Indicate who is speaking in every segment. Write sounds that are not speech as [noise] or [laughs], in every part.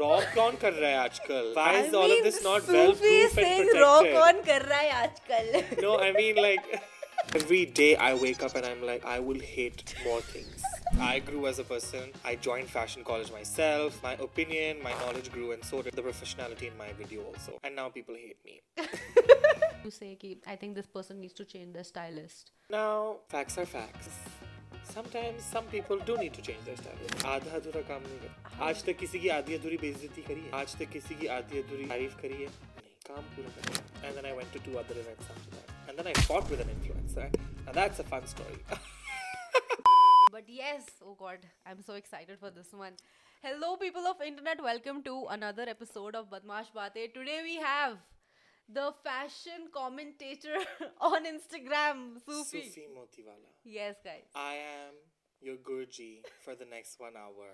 Speaker 1: Rock कौन कर रहा है आजकल
Speaker 2: I
Speaker 1: why is all of
Speaker 2: mean,
Speaker 1: this not well
Speaker 2: Sufi
Speaker 1: proof
Speaker 2: Singh
Speaker 1: and
Speaker 2: rock
Speaker 1: protected
Speaker 2: on कर रहा है आजकल
Speaker 1: no I mean
Speaker 2: [laughs]
Speaker 1: like Every day I wake up and I'm like, I will hate more things. I grew as a person. I joined fashion college myself. My opinion, my knowledge grew, and so did the professionality in my video also. And now people hate me.
Speaker 3: You say ki, I think this person needs to change their stylist.
Speaker 1: Now, facts are facts. Sometimes some people do need to change their style. आधा अधूरा काम नहीं करता आज तक किसी की आधी अधूरी बेइज्जती करी है आज तक किसी की आधी अधूरी तारीफ करी है नहीं काम पूरा करा and then I went to to other events after that and then I fought with an influencer and that's a fun story
Speaker 3: But yes, oh god, I'm so excited for this one. Hello, people of internet. Welcome to another episode of Badmash Bate. Today we have the fashion commentator [laughs] on Instagram, Sufi.
Speaker 1: Sufi Motiwala
Speaker 3: Yes, guys.
Speaker 1: I am your Guruji for the next one hour.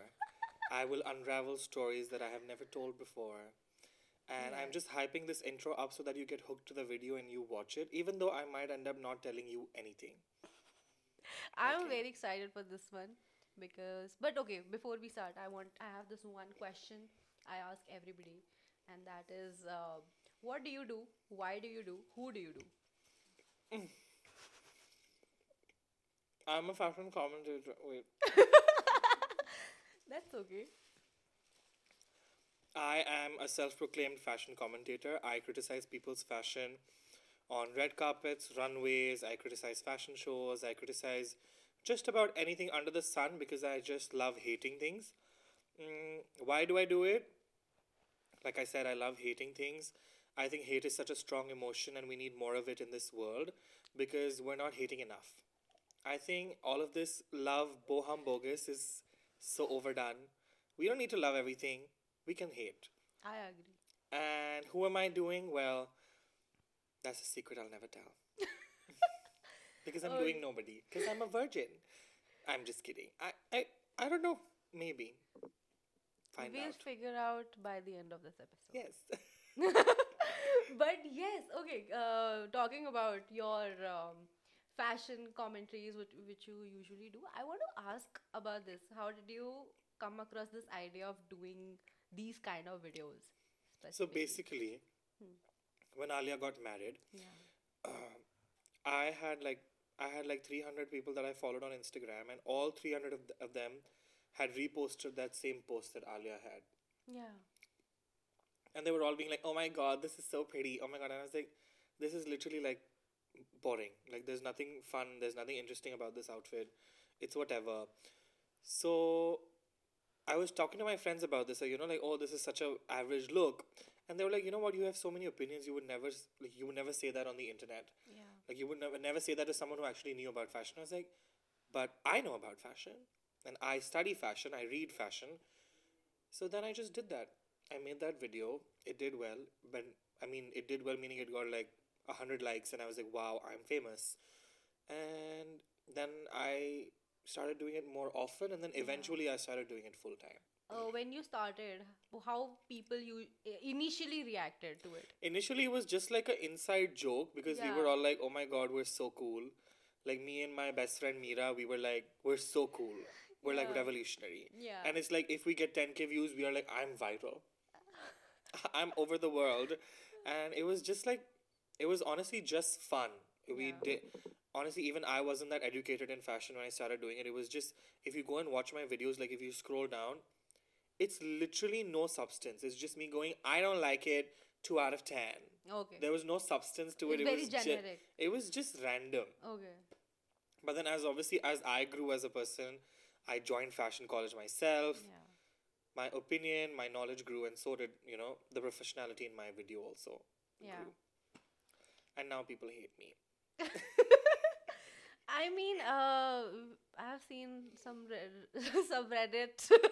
Speaker 1: I will unravel stories that I have never told before. And I'm just hyping this intro up so that you get hooked to the video and you watch it, even though I might end up not telling you anything.
Speaker 3: I'm very excited for this one because but okay, before we start, I want I have this one question I ask everybody and that is uh, what do you do? Why do you do? Who do you do?
Speaker 1: I'm a fashion commentator. Wait.
Speaker 3: That's okay.
Speaker 1: I am a self proclaimed fashion commentator. I criticize people's fashion on red carpets, runways, I criticize fashion shows, I criticize just about anything under the sun because I just love hating things. Mm, why do I do it? Like I said, I love hating things. I think hate is such a strong emotion and we need more of it in this world because we're not hating enough. I think all of this love bohum bogus is so overdone. We don't need to love everything. We can hate.
Speaker 3: I agree.
Speaker 1: And who am I doing? Well, that's a secret I'll never tell. because I'm doing nobody. Because I'm a virgin. I'm just kidding. I, I, I don't know. Maybe. Find
Speaker 3: we'll
Speaker 1: out.
Speaker 3: figure out by the end of this
Speaker 1: [laughs]
Speaker 3: episode.
Speaker 1: yes.
Speaker 3: but yes, okay. Uh, talking about your um, fashion commentaries, which which you usually do, I want to ask about this. How did you come across this idea of doing these kind of videos?
Speaker 1: so
Speaker 3: specifically?
Speaker 1: basically, when Alia got married,
Speaker 3: yeah.
Speaker 1: I had like I had like 300 people that I followed on Instagram, and all 300 of, th- of them had reposted that same post that Alia had.
Speaker 3: yeah,
Speaker 1: and they were all being like, "Oh my god, this is so pretty." Oh my god, and I was like, "This is literally like boring. Like, there's nothing fun. There's nothing interesting about this outfit. It's whatever." So, I was talking to my friends about this. Like, you know, like, "Oh, this is such a average look," and they were like, "You know what? You have so many opinions. You would never s- like you would never say that on the internet.
Speaker 3: yeah,
Speaker 1: Like, you would never never say that to someone who actually knew about fashion." I was like, "But I know about fashion, and I study fashion. I read fashion." So then I just did that. I made that video. It did well, but I mean, it did well meaning it got like a hundred likes, and I was like, "Wow, I'm famous." And then I started doing it more often, and then eventually I started doing it full time.
Speaker 3: Uh, when you started, how people you initially reacted to it?
Speaker 1: Initially, it was just like an inside joke because we were
Speaker 3: Yeah.
Speaker 1: all like, "Oh my God, we're so cool!" Like me and my best friend Mira, we were like, "We're so cool. We're like
Speaker 3: Yeah.
Speaker 1: revolutionary."
Speaker 3: Yeah.
Speaker 1: And it's like if we get 10k views, we are like, I'm viral. [laughs] I'm over the world. And it was just like it was honestly just fun. We
Speaker 3: Yeah.
Speaker 1: did honestly even I wasn't that educated in fashion when I started doing it. It was just if you go and watch my videos, like if you scroll down, it's literally no substance. It's just me going, I don't like it, two out of ten.
Speaker 3: Okay,
Speaker 1: There was no substance to it.
Speaker 3: It's
Speaker 1: it
Speaker 3: very
Speaker 1: was ju-
Speaker 3: generic.
Speaker 1: it was just random.
Speaker 3: okay,
Speaker 1: But then as obviously as I grew as a person, I joined fashion college myself
Speaker 3: yeah.
Speaker 1: my opinion, my knowledge grew, and so did you know the professionality in my video also.
Speaker 3: [laughs] Yeah.
Speaker 1: grew. And now people hate me.
Speaker 3: I mean, uh, I have seen some re- [laughs] subreddit. [laughs]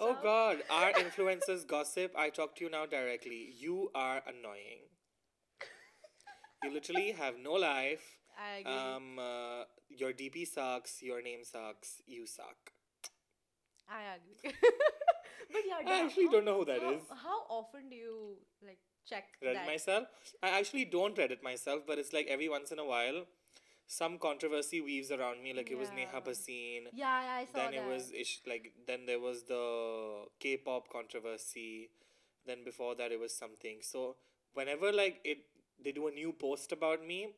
Speaker 1: Oh
Speaker 3: stuff.
Speaker 1: God, our influencers [laughs] gossip. I talk to you now directly. You are annoying. You literally have no
Speaker 3: [laughs]
Speaker 1: life.
Speaker 3: I agree.
Speaker 1: Um, uh, your DP sucks. Your name sucks. You suck.
Speaker 3: I agree. [laughs] but yeah,
Speaker 1: I
Speaker 3: damn,
Speaker 1: actually
Speaker 3: how-
Speaker 1: don't know who that
Speaker 3: how,
Speaker 1: is.
Speaker 3: How often do you like check
Speaker 1: Reddit
Speaker 3: that?
Speaker 1: myself. I actually don't Reddit myself, but it's like every once in a while, some controversy weaves around me. Like it was Neha
Speaker 3: Yeah.
Speaker 1: Basin.
Speaker 3: Yeah, yeah, I saw
Speaker 1: Then
Speaker 3: that.
Speaker 1: it was ish, like then there was the K-pop controversy. Then before that it was something. So whenever like it they do a new post about me,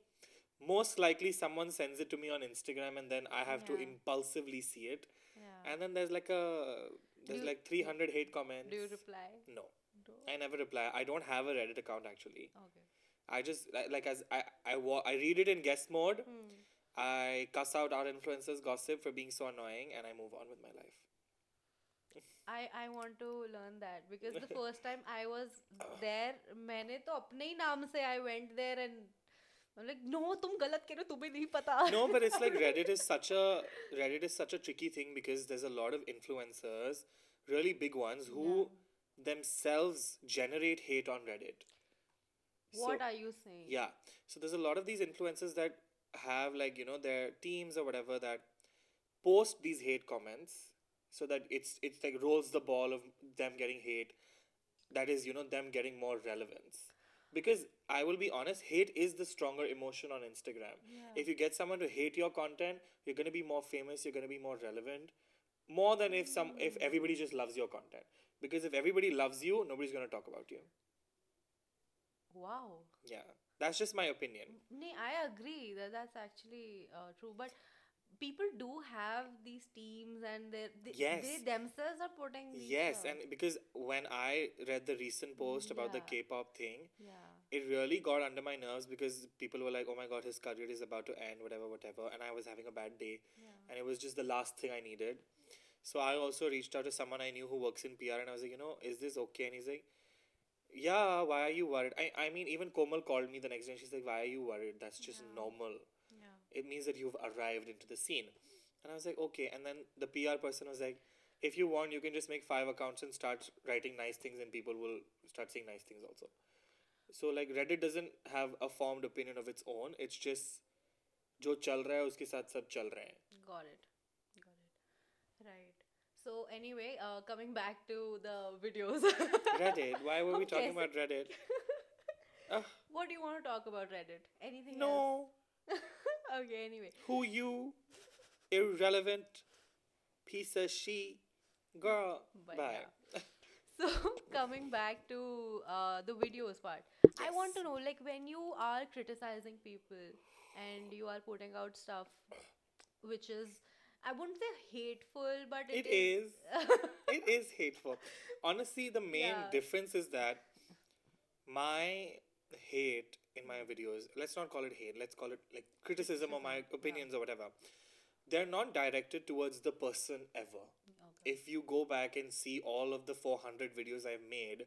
Speaker 1: most likely someone sends it to me on Instagram and then I have to
Speaker 3: Yeah.
Speaker 1: impulsively see it.
Speaker 3: yeah.
Speaker 1: And then there's like a there's
Speaker 3: Do-
Speaker 1: like 300 hate comments.
Speaker 3: Do you reply?
Speaker 1: no.
Speaker 3: No.
Speaker 1: I never reply. I don't have a Reddit account actually.
Speaker 3: Okay.
Speaker 1: I just li- like as I I wa- I read it in guest mode.
Speaker 3: Hmm.
Speaker 1: I cuss out our influencers gossip for being so annoying, and I move on with my life.
Speaker 3: I I want to learn that because
Speaker 1: [laughs]
Speaker 3: the first time I was there मैंने तो अपने ही नाम से I went there and I'm like no तुम गलत कह रहे हो तुम्हें नहीं पता
Speaker 1: No, but it's like
Speaker 3: [laughs]
Speaker 1: Reddit is such a Reddit is such a tricky thing because there's a lot of influencers, really big ones, who themselves generate hate on Reddit.
Speaker 3: what
Speaker 1: so,
Speaker 3: are you saying
Speaker 1: Yeah. So there's a lot of these influencers that have like, you know, their teams or whatever that post these hate comments so that it's it's like rolls the ball of them getting hate. That is, you know, them getting more relevance. Because I will be honest, hate is the stronger emotion on Instagram.
Speaker 3: Yeah.
Speaker 1: If you get someone to hate your content, you're gonna be more famous, you're gonna be more relevant. More than if some if everybody just loves your content. Because if everybody loves you, nobody's gonna talk about you.
Speaker 3: wow
Speaker 1: Yeah. That's just my opinion.
Speaker 3: नहीं I agree that that's actually uh, true but people do have these teams and they they, they
Speaker 1: Yes.
Speaker 3: themselves are putting these
Speaker 1: Yes,
Speaker 3: uh,
Speaker 1: and because when I read the recent post about the
Speaker 3: Yeah.
Speaker 1: K-pop thing,
Speaker 3: yeah
Speaker 1: it really got under my nerves because people were like, "Oh my God, his career is about to end," whatever, whatever, and I was having a bad day,
Speaker 3: yeah
Speaker 1: and it was just the last thing I needed. So I also reached out to someone I knew who works in PR, and I was like, "You know, is this okay?" And he's like, "Yeah, why are you worried?" I I mean, even Komal called me the next day, and she's like, "Why are you worried? That's just
Speaker 3: Yeah.
Speaker 1: normal."
Speaker 3: yeah
Speaker 1: it means that you've arrived into the scene. And I was like, okay. And then the PR person was like, if you want, you can just make five accounts and start writing nice things, and people will start saying nice things also. So like Reddit doesn't have a formed opinion of its own. It's just जो चल रहा है उसके साथ सब चल रहे हैं
Speaker 3: Got it. Got it. Right. So anyway, uh, coming back to the videos.
Speaker 1: Reddit. Why were we
Speaker 3: I'm
Speaker 1: talking
Speaker 3: guessing.
Speaker 1: about Reddit? Ugh,
Speaker 3: [laughs] What do you want to talk about Reddit? Anything else?
Speaker 1: no.
Speaker 3: okay, anyway. [laughs]
Speaker 1: Who you? Irrelevant. Piece of she. Girl.
Speaker 3: But
Speaker 1: bye.
Speaker 3: So coming back to uh, the videos part. I want to know like when you are criticizing people and you are putting out stuff which is I wouldn't say hateful, but
Speaker 1: [laughs] It
Speaker 3: is
Speaker 1: is. it is hateful. Honestly, the main
Speaker 3: Yeah.
Speaker 1: difference is that my hate in my videos, let's not call it hate, let's call it like criticism or my
Speaker 3: Criticism, yeah.
Speaker 1: opinions or whatever, they're not directed towards the person ever.
Speaker 3: okay.
Speaker 1: If you go back and see all of the 400 videos I've made,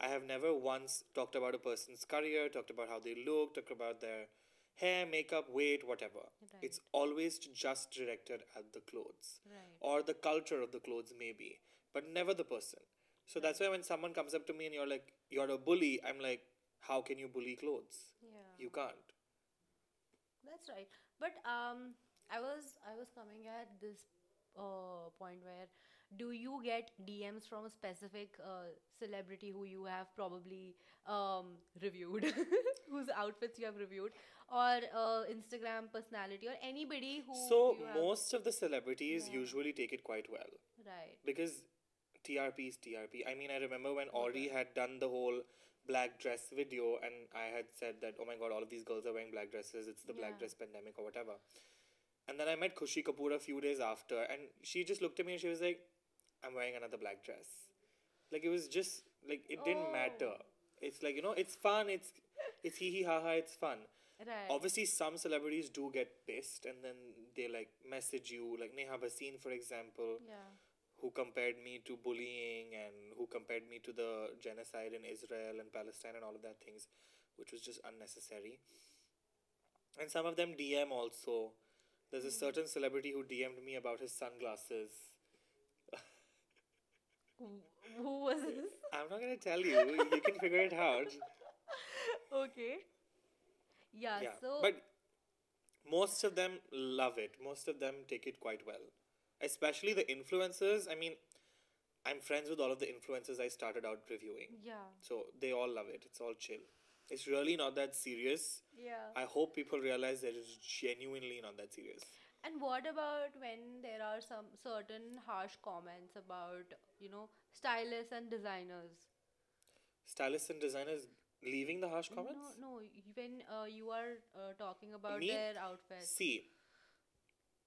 Speaker 1: I have never once talked about a person's career, talked about how they look, talked about their hair, makeup, weight, whatever. It's always just directed at the clothes
Speaker 3: [laughs] right.
Speaker 1: or the culture of the clothes maybe but never the person so that's why when someone comes up to me and you're like you're a bully i'm like how can you bully clothes
Speaker 3: Yeah.
Speaker 1: you can't
Speaker 3: That's right. But um, I was I was coming at this uh, point where do you get DMs from a specific uh, celebrity who you have probably um, reviewed, [laughs] whose outfits you have reviewed, or uh, Instagram personality, or anybody who
Speaker 1: so
Speaker 3: you have-
Speaker 1: most of the celebrities
Speaker 3: Yeah.
Speaker 1: usually take it quite well
Speaker 3: right?
Speaker 1: because trp is trp i mean i remember when ori had done the whole black dress video and i had said that oh my god all of these girls are wearing black dresses it's the black
Speaker 3: Yeah.
Speaker 1: dress pandemic or whatever and then i met khushi kapoor a few days after and she just looked at me and she was like i'm wearing another black dress like it was just like it didn't
Speaker 3: Oh.
Speaker 1: matter it's like you know it's fun it's it's hee hee ha ha it's fun
Speaker 3: Right.
Speaker 1: obviously some celebrities do get pissed and then they like message you like neha basin for example
Speaker 3: yeah.
Speaker 1: who compared me to bullying and who compared me to the genocide in Israel and Palestine and all of that things, which was just unnecessary. And some of them DM also. There's a certain celebrity who DM'd me about his sunglasses.
Speaker 3: Who, who was this? [laughs]
Speaker 1: I'm not gonna tell you. you can figure it out.
Speaker 3: okay. Yeah.
Speaker 1: yeah.
Speaker 3: So
Speaker 1: But most of them love it. Most of them take it quite well. Especially the influencers. I mean, I'm friends with all of the influencers I started out reviewing.
Speaker 3: yeah.
Speaker 1: So they all love it. It's all chill. It's really not that serious.
Speaker 3: Yeah.
Speaker 1: I hope people realize that it's genuinely not that serious.
Speaker 3: And what about when there are some certain harsh comments about, you know, stylists and designers?
Speaker 1: Stylists and designers leaving the harsh comments?
Speaker 3: No, no. y- When uh, you are uh, talking about
Speaker 1: Me?
Speaker 3: their outfits.
Speaker 1: See,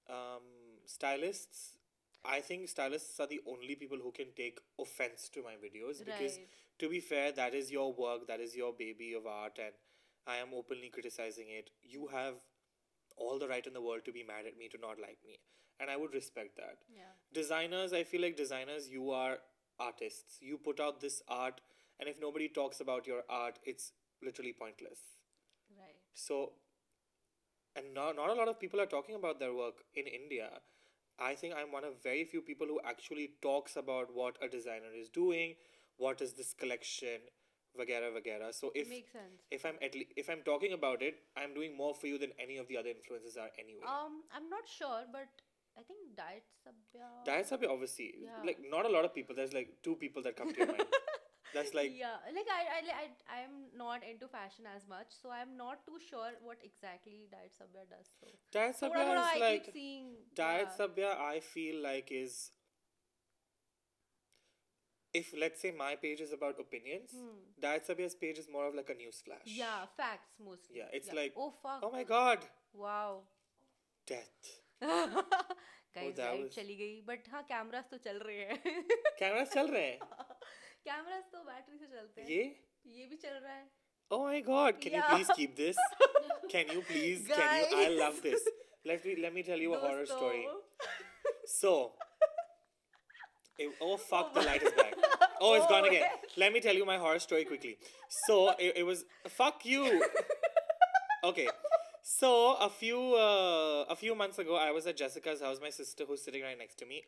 Speaker 1: um, stylists, I think stylists are the only people who can take offense to my videos because,
Speaker 3: Right.
Speaker 1: to be fair, that is your work, that is your baby of art, and I am openly criticizing it. You have all the right in the world to be mad at me, to not like me, and I would respect that.
Speaker 3: Yeah.
Speaker 1: Designers, I feel like designers, you are artists. You put out this art, and if nobody talks about your art, it's literally pointless.
Speaker 3: Right.
Speaker 1: So, and not, not a lot of people are talking about their work in India. I think I'm one of very few people who actually talks about what a designer is doing, what is this collection, vagera vagera. So if
Speaker 3: Makes sense.
Speaker 1: if I'm at le- if I'm talking about it, I'm doing more for you than any of the other influencers are anyway.
Speaker 3: Um, I'm not sure, but I think Diet Sabya.
Speaker 1: Diets are obviously
Speaker 3: Yeah.
Speaker 1: like not a lot of people. There's like two people that come to your
Speaker 3: [laughs]
Speaker 1: mind. That's like
Speaker 3: yeah, like I, I, I, I'm not into fashion as much, so I'm not too sure what exactly Diet Sabya does. So.
Speaker 1: Diet
Speaker 3: Thoda, thoda
Speaker 1: Sabya
Speaker 3: I
Speaker 1: is like
Speaker 3: keep seeing.
Speaker 1: Diet
Speaker 3: yeah.
Speaker 1: Sabya, I feel like is if let's say my page is about opinions, Diet Sabya's page is more of like a newsflash.
Speaker 3: Hmm. Yeah, facts mostly.
Speaker 1: Yeah, it's like,
Speaker 3: oh fuck,
Speaker 1: Oh my god, [laughs]
Speaker 3: wow.
Speaker 1: death.
Speaker 3: Guys,
Speaker 1: that
Speaker 3: light
Speaker 1: was-
Speaker 3: चली गई but हाँ cameras तो चल रहे हैं [laughs]
Speaker 1: Cameras चल रहे हैं.
Speaker 3: cameras तो battery से चलते हैं
Speaker 1: ये?
Speaker 3: ये भी चल रहा
Speaker 1: [laughs]
Speaker 3: है
Speaker 1: Oh my god, can
Speaker 3: Yeah.
Speaker 1: you please keep this? Can you please? Can you? I love this.
Speaker 3: [laughs]
Speaker 1: Let me let me tell you a horror
Speaker 3: दोस्तों, [laughs]
Speaker 1: story. So, it- oh fuck, the light is back. [laughs] Oh, it's gone
Speaker 3: Oh,
Speaker 1: again.
Speaker 3: yes.
Speaker 1: Let me tell you my horror story quickly. So, it, it was fuck you. Okay. So a few uh, a few months ago, I was at Jessica's house. My sister, who's sitting right next to me.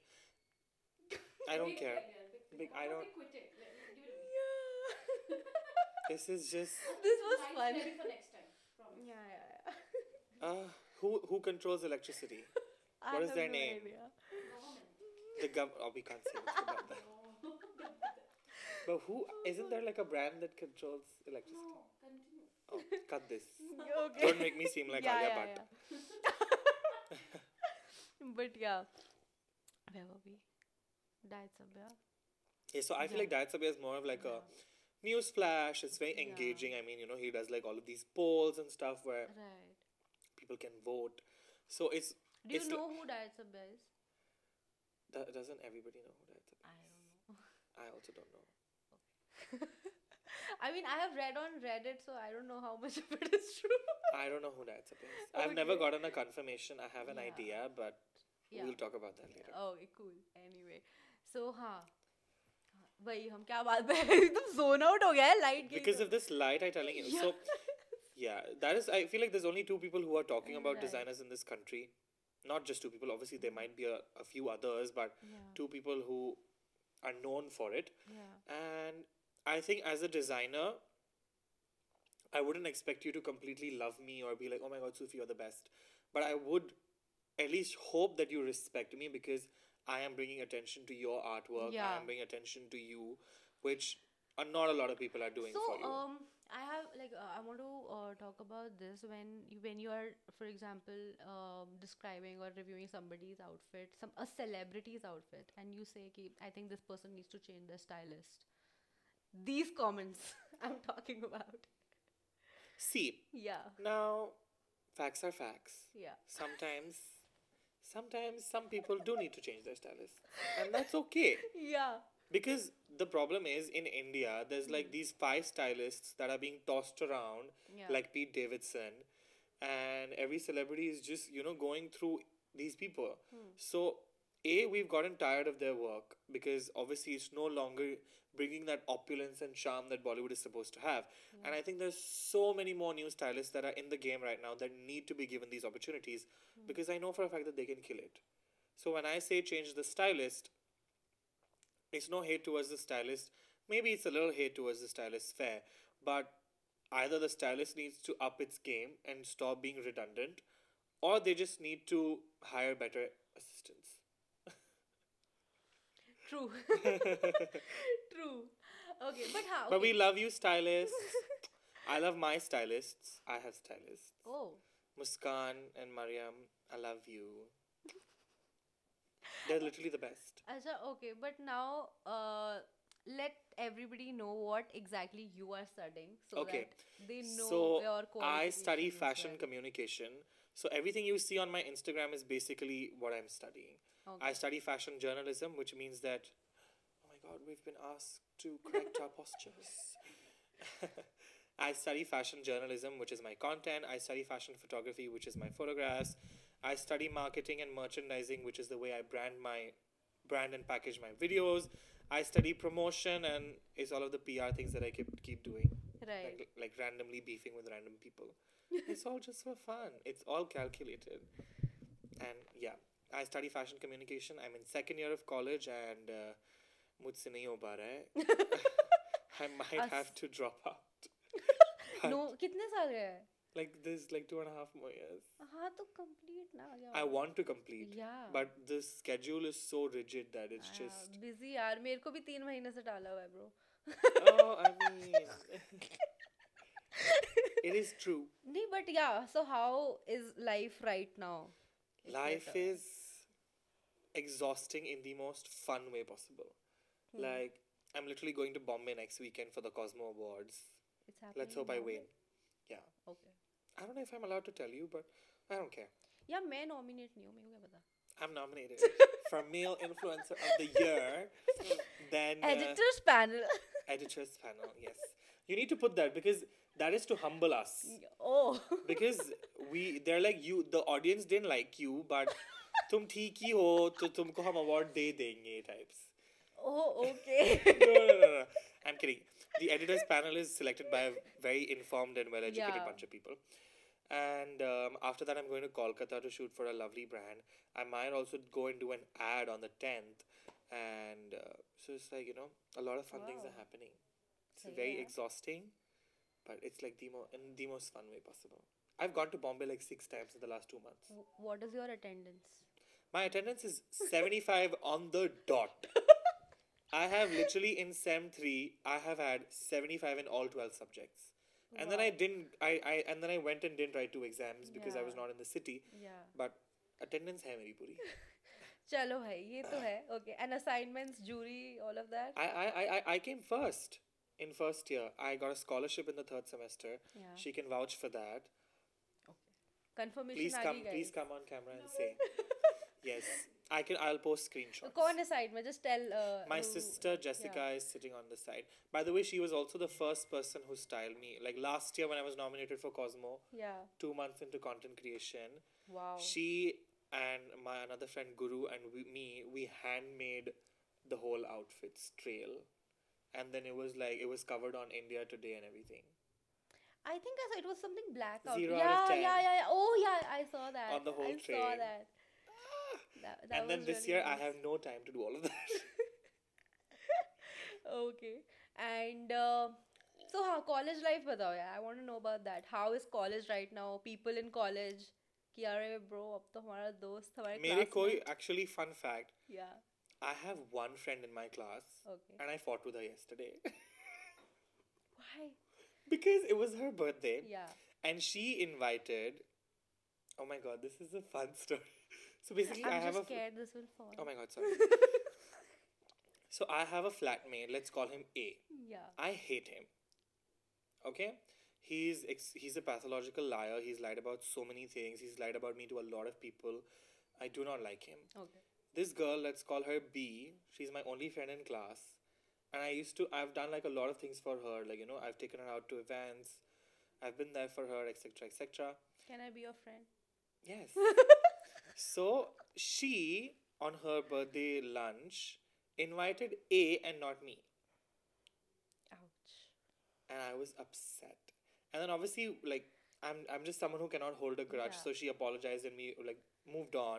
Speaker 1: I don't care. Big- I don't. This is just
Speaker 3: [laughs] this was fun
Speaker 2: Ready for next time.
Speaker 3: [laughs]
Speaker 2: Promise.
Speaker 3: yeah yeah, yeah.
Speaker 1: uh, who who controls electricity?
Speaker 3: I
Speaker 1: What is
Speaker 3: have
Speaker 1: their
Speaker 3: no
Speaker 1: name? [laughs]
Speaker 3: idea.
Speaker 1: The gov. Oh, we can't say much about
Speaker 2: [laughs]
Speaker 1: that. But who isn't there like a brand that controls electricity?
Speaker 2: No, continue.
Speaker 1: Oh, cut this.
Speaker 3: okay
Speaker 1: Don't make me seem like Alia Bhatt.
Speaker 3: yeah. [laughs] but yeah where were we diet Sabya
Speaker 1: Yeah, so I feel
Speaker 3: Yeah.
Speaker 1: like Diet Sabya is more of like a news flash. It's very
Speaker 3: Yeah.
Speaker 1: engaging. I mean, you know, he does like all of these polls and stuff where
Speaker 3: right
Speaker 1: people can vote. So it's
Speaker 3: do you
Speaker 1: It's li-
Speaker 3: know who diet Sabya is
Speaker 1: do- doesn't everybody know who Diet Sabya
Speaker 3: I don't know
Speaker 1: is? I also don't know.
Speaker 3: [laughs] I mean, I have read on Reddit, so I don't know how much of it is
Speaker 1: [laughs]
Speaker 3: true.
Speaker 1: I don't know who Diet Sabya is. I've never
Speaker 3: Okay.
Speaker 1: gotten a confirmation. I have an
Speaker 3: Yeah.
Speaker 1: idea, but
Speaker 3: Yeah.
Speaker 1: we'll talk about that later.
Speaker 3: Okay, cool. Anyway, so हाँ वही हम क्या बात पे एकदम zone out हो गया है लाइट गई
Speaker 1: Because
Speaker 3: तो-
Speaker 1: of this light, I telling you.
Speaker 3: Yeah. [laughs]
Speaker 1: So yeah, that is. I feel like there's only two people who are talking about
Speaker 3: Right.
Speaker 1: designers in this country. Not just two people. Obviously, there might be a, a few others, but
Speaker 3: Yeah,
Speaker 1: two people who are known for it.
Speaker 3: yeah,
Speaker 1: And I think as a designer, I wouldn't expect you to completely love me or be like, oh my God, Sufi, you're the best. But I would at least hope that you respect me because I am bringing attention to your artwork. I
Speaker 3: Yeah.
Speaker 1: am bringing attention to you, which are not a lot of people are doing
Speaker 3: So
Speaker 1: for you.
Speaker 3: um, I have like uh, I want to uh, talk about this when you, when you are, for example, um, describing or reviewing somebody's outfit, some a celebrity's outfit, and you say, "Ki I think this person needs to change their stylist." These comments [laughs] I'm talking about.
Speaker 1: See,
Speaker 3: Yeah,
Speaker 1: now facts are facts.
Speaker 3: yeah.
Speaker 1: Sometimes, sometimes some people do need to change their stylist, and that's okay.
Speaker 3: Yeah.
Speaker 1: Because the problem is in India, there's like these five stylists that are being tossed around,
Speaker 3: Yeah.
Speaker 1: like Pete Davidson, and every celebrity is just you know going through these people. So a we've gotten tired of their work because obviously it's no longer bringing that opulence and charm that Bollywood is supposed to have. And I think there's so many more new stylists that are in the game right now that need to be given these opportunities because I know for a fact that they can kill it. So when I say change the stylist, it's no hate towards the stylist. Maybe it's a little hate towards the stylist, fair. But either the stylist needs to up its game and stop being redundant, or they just need to hire better assistants. [laughs]
Speaker 3: True. [laughs] True. Okay, but how?
Speaker 1: But we love you, stylists. I love my stylists. I have stylists.
Speaker 3: Oh.
Speaker 1: Muskan and Mariam, I love you. They're literally the best.
Speaker 3: Acha, okay, but now uh, let everybody know what exactly you are studying so
Speaker 1: Okay.
Speaker 3: that they know
Speaker 1: so
Speaker 3: your
Speaker 1: I study
Speaker 3: qualifications as
Speaker 1: fashion
Speaker 3: well.
Speaker 1: communication. So everything you see on my Instagram is basically what I'm studying. I
Speaker 3: Okay.
Speaker 1: study fashion journalism, which means that, oh my God, we've been asked to correct our postures. [laughs] I study fashion journalism, which is my content. I study fashion photography, which is my photographs. I study marketing and merchandising, which is the way I brand my brand and package my videos. I study promotion and it's all of the PR things that I keep keep doing,
Speaker 3: Right.
Speaker 1: like, like randomly beefing with random
Speaker 3: [laughs]
Speaker 1: people. it's all just for fun. It's all calculated, and yeah, I study fashion communication. I'm in second year of college, and uh, मुझसे नहीं हो पा रहा है. I might
Speaker 3: Us.
Speaker 1: have to drop out.
Speaker 3: [laughs] no,
Speaker 1: [laughs]
Speaker 3: कितने साल गए हैं?
Speaker 1: Like this, like two and a half more years.
Speaker 3: हाँ तो complete ना यार.
Speaker 1: I want to complete,
Speaker 3: Oh. yeah.
Speaker 1: but the schedule is so rigid that it's
Speaker 3: हाँ, [laughs]
Speaker 1: just.
Speaker 3: busy यार मेरे को भी तीन महीने से डाला हुआ है bro.
Speaker 1: oh, I mean,
Speaker 3: [laughs]
Speaker 1: it is true.
Speaker 3: नहीं but yeah, so how is life right now? If you're
Speaker 1: Life
Speaker 3: talking-
Speaker 1: is exhausting in the most fun way possible. Like, I'm literally going to Bombay next weekend for the Cosmo Awards.
Speaker 3: It's happening.
Speaker 1: Let's hope I
Speaker 3: now,
Speaker 1: win.
Speaker 3: right?
Speaker 1: Yeah.
Speaker 3: Okay.
Speaker 1: I don't know if I'm allowed to tell you, but I don't care.
Speaker 3: Yeah, मैं nominate नहीं हूँ
Speaker 1: [laughs]
Speaker 3: मेरे को क्या पता.
Speaker 1: I'm
Speaker 3: [laughs]
Speaker 1: nominated for Male Influencer of the Year. Then uh,
Speaker 3: Editors panel.
Speaker 1: editors panel. Yes, you need to put that because that is to humble
Speaker 3: [laughs]
Speaker 1: us.
Speaker 3: oh.
Speaker 1: because we they're like you the audience didn't like you but तुम ठीक ही हो तो तुमको हम award दे देंगे types
Speaker 3: [laughs] Oh, okay.
Speaker 1: [laughs] no, no, no, no. I'm kidding. The editors panel is selected by a very informed and well educated
Speaker 3: Yeah.
Speaker 1: bunch of people. And um, after that, I'm going to Kolkata to shoot for a lovely brand. I might also go and do an ad on the 10th. And uh, so it's like, you know, a lot of fun things
Speaker 3: Wow.
Speaker 1: are happening. It's
Speaker 3: Same
Speaker 1: very
Speaker 3: here.
Speaker 1: exhausting, but it's like the, mo- in the most fun way possible. I've gone to Bombay like six times in the last two months.
Speaker 3: W- what is your attendance?
Speaker 1: My attendance is 75 on the dot. I have literally in SEM 3, I have had 75 in all 12 subjects. And then I didn't, I, I, and then I went and didn't write two exams because I was
Speaker 3: Yeah.
Speaker 1: not in the city.
Speaker 3: Yeah.
Speaker 1: But attendance hai meri puri.
Speaker 3: चलो भाई ये तो है okay and assignments jury all of that
Speaker 1: I, I, I, I- I came first in first year. I got a scholarship in the third semester.
Speaker 3: Yeah.
Speaker 1: She can vouch for that.
Speaker 3: confirmation
Speaker 1: Please
Speaker 3: uh
Speaker 1: come,
Speaker 3: गई guys
Speaker 1: please come on camera and
Speaker 3: [laughs]
Speaker 1: say. Yes, I can. I'll post screenshots.
Speaker 3: कौन है side में just tell uh,
Speaker 1: My
Speaker 3: who-
Speaker 1: sister Jessica is sitting on the side. By the way, she was also the first person who styled me. Like last year when I was nominated for Cosmo,
Speaker 3: yeah
Speaker 1: two months into content creation,
Speaker 3: wow
Speaker 1: she and my another friend Guru and we, me, we handmade the whole outfit's trail. And then it was like, it was covered on India Today and everything.
Speaker 3: I think I saw it was something black out
Speaker 1: Zero out
Speaker 3: yeah
Speaker 1: of 10.
Speaker 3: yeah yeah yeah oh yeah I saw that
Speaker 1: On the whole
Speaker 3: I saw
Speaker 1: train. Ah.
Speaker 3: that that, that
Speaker 1: and then
Speaker 3: was
Speaker 1: this
Speaker 3: really
Speaker 1: year,
Speaker 3: nice.
Speaker 1: I have no time to do all of that.
Speaker 3: okay and uh, so how college life batao yeah I want to know about that how is college right now people in college कि अरे bro अब तो हमारा दोस्त हमारे
Speaker 1: [laughs] Mere koi,
Speaker 3: classmate-
Speaker 1: actually, fun fact
Speaker 3: yeah
Speaker 1: I have one friend in my class,
Speaker 3: okay
Speaker 1: and I fought with her yesterday [laughs]
Speaker 3: why
Speaker 1: because it was her birthday.
Speaker 3: yeah
Speaker 1: and she invited oh my god this is a fun [laughs] story so basically i
Speaker 3: I'm
Speaker 1: have a
Speaker 3: just
Speaker 1: fl-
Speaker 3: scared this will fall.
Speaker 1: oh my god sorry so i have a flatmate let's call him a
Speaker 3: [laughs] yeah.
Speaker 1: i hate him okay he's ex- he's a pathological liar he's lied about so many things he's lied about me to a lot of people i do not like him
Speaker 3: Okay.
Speaker 1: this girl let's call her b she's my only friend in class and i used to i've done like a lot of things for her like you know i've taken her out to events i've been there for her etc etc
Speaker 3: Can I be your friend? [laughs]
Speaker 1: Yes. so she, on her birthday lunch, invited A and not me.
Speaker 3: Ouch.
Speaker 1: And I was upset. And then obviously, like, I'm, I'm just someone who cannot hold a grudge.
Speaker 3: Yeah.
Speaker 1: So she apologized and we, like, moved on.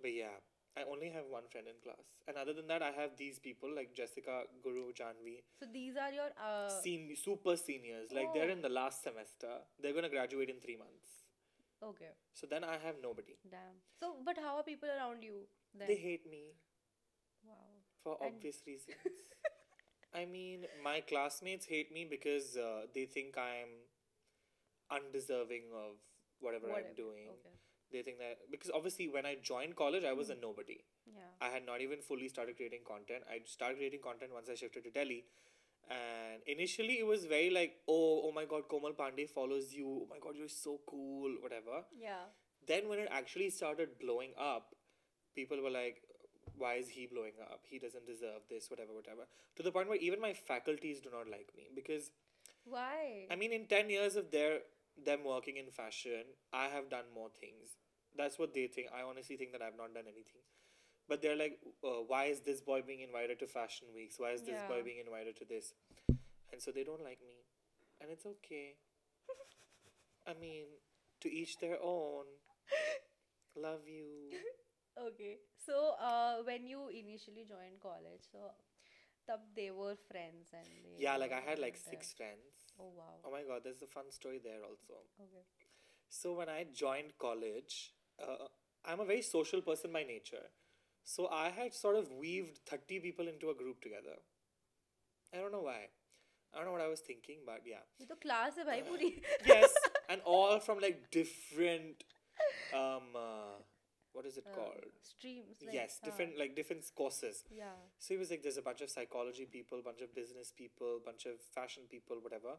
Speaker 1: But yeah, I only have one friend in class. And other than that, I have these people like Jessica, Guru, Janvi,
Speaker 3: So these are your uh,
Speaker 1: sen- super seniors. Like, they're
Speaker 3: Oh.
Speaker 1: in the last semester. They're going to graduate in three months.
Speaker 3: okay.
Speaker 1: So then I have nobody.
Speaker 3: Damn. So but how are people around you then?
Speaker 1: They hate me
Speaker 3: wow.
Speaker 1: for
Speaker 3: And-
Speaker 1: obvious reasons. I mean, my classmates hate me because uh, they think I'm undeserving of whatever,
Speaker 3: Whatever,
Speaker 1: I'm doing.
Speaker 3: Okay.
Speaker 1: They think that because obviously when I joined college, I was a
Speaker 3: Mm-hmm.
Speaker 1: nobody.
Speaker 3: Yeah.
Speaker 1: I had not even fully started creating content. I started creating content once I shifted to Delhi. And initially, it was very like, oh, oh my god, Komal Pandey follows you. Oh my god, you're so cool, whatever.
Speaker 3: Yeah.
Speaker 1: Then, when it actually started blowing up, people were like, why is he blowing up? He doesn't deserve this, whatever, whatever. To the point where even my faculties do not like me because
Speaker 3: Why?
Speaker 1: I mean, in ten years of their them working in fashion, I have done more things. That's what they think. I honestly think that I've not done anything. But they're like, uh, why is this boy being invited to fashion weeks? Why is this boy
Speaker 3: Yeah.
Speaker 1: being invited to this? And so they don't like me, and it's okay. I mean, to each their own. Love you.
Speaker 3: okay. So uh, when you initially joined college, so tab they were friends and they
Speaker 1: Yeah,
Speaker 3: were
Speaker 1: like I had like
Speaker 3: there.
Speaker 1: six friends.
Speaker 3: Oh wow.
Speaker 1: Oh my god, there's a fun story there also.
Speaker 3: Okay.
Speaker 1: So when I joined college, uh, I'm a very social person by nature. So I had sort of weaved 30 people into a group together. I don't know why. I don't know what I was thinking, but
Speaker 3: [laughs]
Speaker 1: yeah.
Speaker 3: ये तो class है भाई
Speaker 1: [laughs]
Speaker 3: पूरी.
Speaker 1: Yes, and all from like different um uh, what is it
Speaker 3: [laughs] Uh,
Speaker 1: called?
Speaker 3: Streams. Like, uh,
Speaker 1: yes,
Speaker 3: हाँ.
Speaker 1: different like different courses.
Speaker 3: Yeah.
Speaker 1: So it was like there's a bunch of psychology people, bunch of business people, bunch of fashion people, whatever.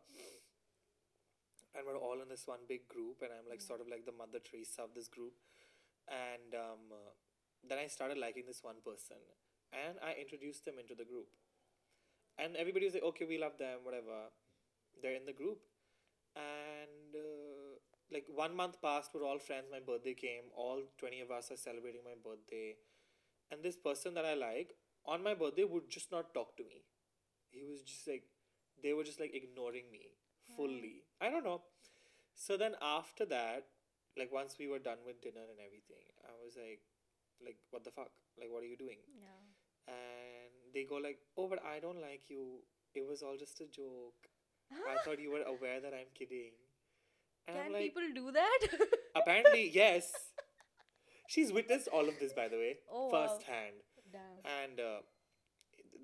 Speaker 1: And we're all in this one big group, and I'm like sort of like the Mother Teresa of this group. And um, uh, then I started liking this one person, and I introduced them into the group. And everybody was like, okay, we love them, whatever. They're in the group. And uh, like one month passed, we're all friends. My birthday came, all 20 of us are celebrating my birthday. And this person that I like, on my birthday would just not talk to me. He was just like, they were just like ignoring me fully. I don't know. So then after that, like once we were done with dinner and everything, I was like, like what the fuck? Like what are you doing?
Speaker 3: Yeah.
Speaker 1: And they go like, oh, but I don't like you. It was all just a joke.
Speaker 3: [gasps]
Speaker 1: I thought you were aware that I'm kidding. And
Speaker 3: Can
Speaker 1: I'm like,
Speaker 3: people do that? [laughs]
Speaker 1: apparently yes. She's witnessed all of this, by the way,
Speaker 3: Oh, [laughs] wow.
Speaker 1: firsthand
Speaker 3: Damn.
Speaker 1: and uh,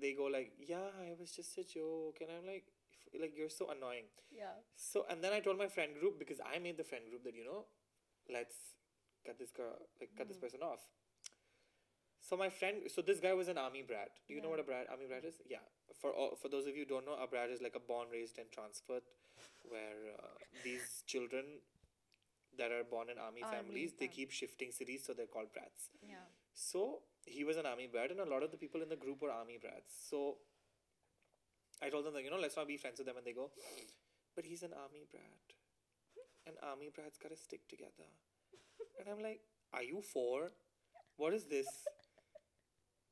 Speaker 1: they go like yeah it was just a joke and i'm like f- like you're so annoying
Speaker 3: Yeah.
Speaker 1: so and then i told my friend group because i made the friend group that you know let's cut this girl like cut
Speaker 3: Mm.
Speaker 1: this person off so my friend so this guy was an army brat do you know
Speaker 3: Yeah.
Speaker 1: what a brat army brat is yeah for all, for those of you who don't know a brat is like a born raised and transferred where uh, these children that are born in army,
Speaker 3: Army
Speaker 1: families they
Speaker 3: fam-
Speaker 1: keep shifting cities so they're called brats
Speaker 3: Yeah.
Speaker 1: so he was an army brat, and a lot of the people in the group were army brats. So I told them that you know, let's not be friends with them, and they go, but he's an army brat, and army brats gotta stick together. And I'm like, are you for? What is this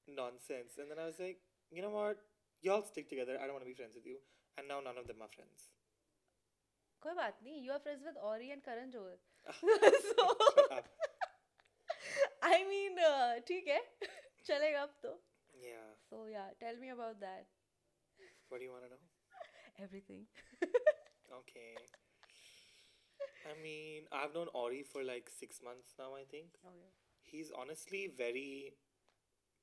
Speaker 1: nonsense? And then I was like, you know what? Y'all stick together. I don't want to be friends with you. And now none of them are friends.
Speaker 3: कोई बात नहीं. You are friends with Ori and
Speaker 1: [laughs]
Speaker 3: Karan Johar. [laughs]
Speaker 1: Shut
Speaker 3: so
Speaker 1: up.
Speaker 3: I mean, uh, ठीक है. [laughs] चलेगा अब तो.
Speaker 1: Yeah.
Speaker 3: So yeah, tell me about that.
Speaker 1: What do you want to know?
Speaker 3: Everything. [laughs]
Speaker 1: Okay. I mean, I've known Ori for like six months now, I think.
Speaker 3: Okay.
Speaker 1: He's honestly very.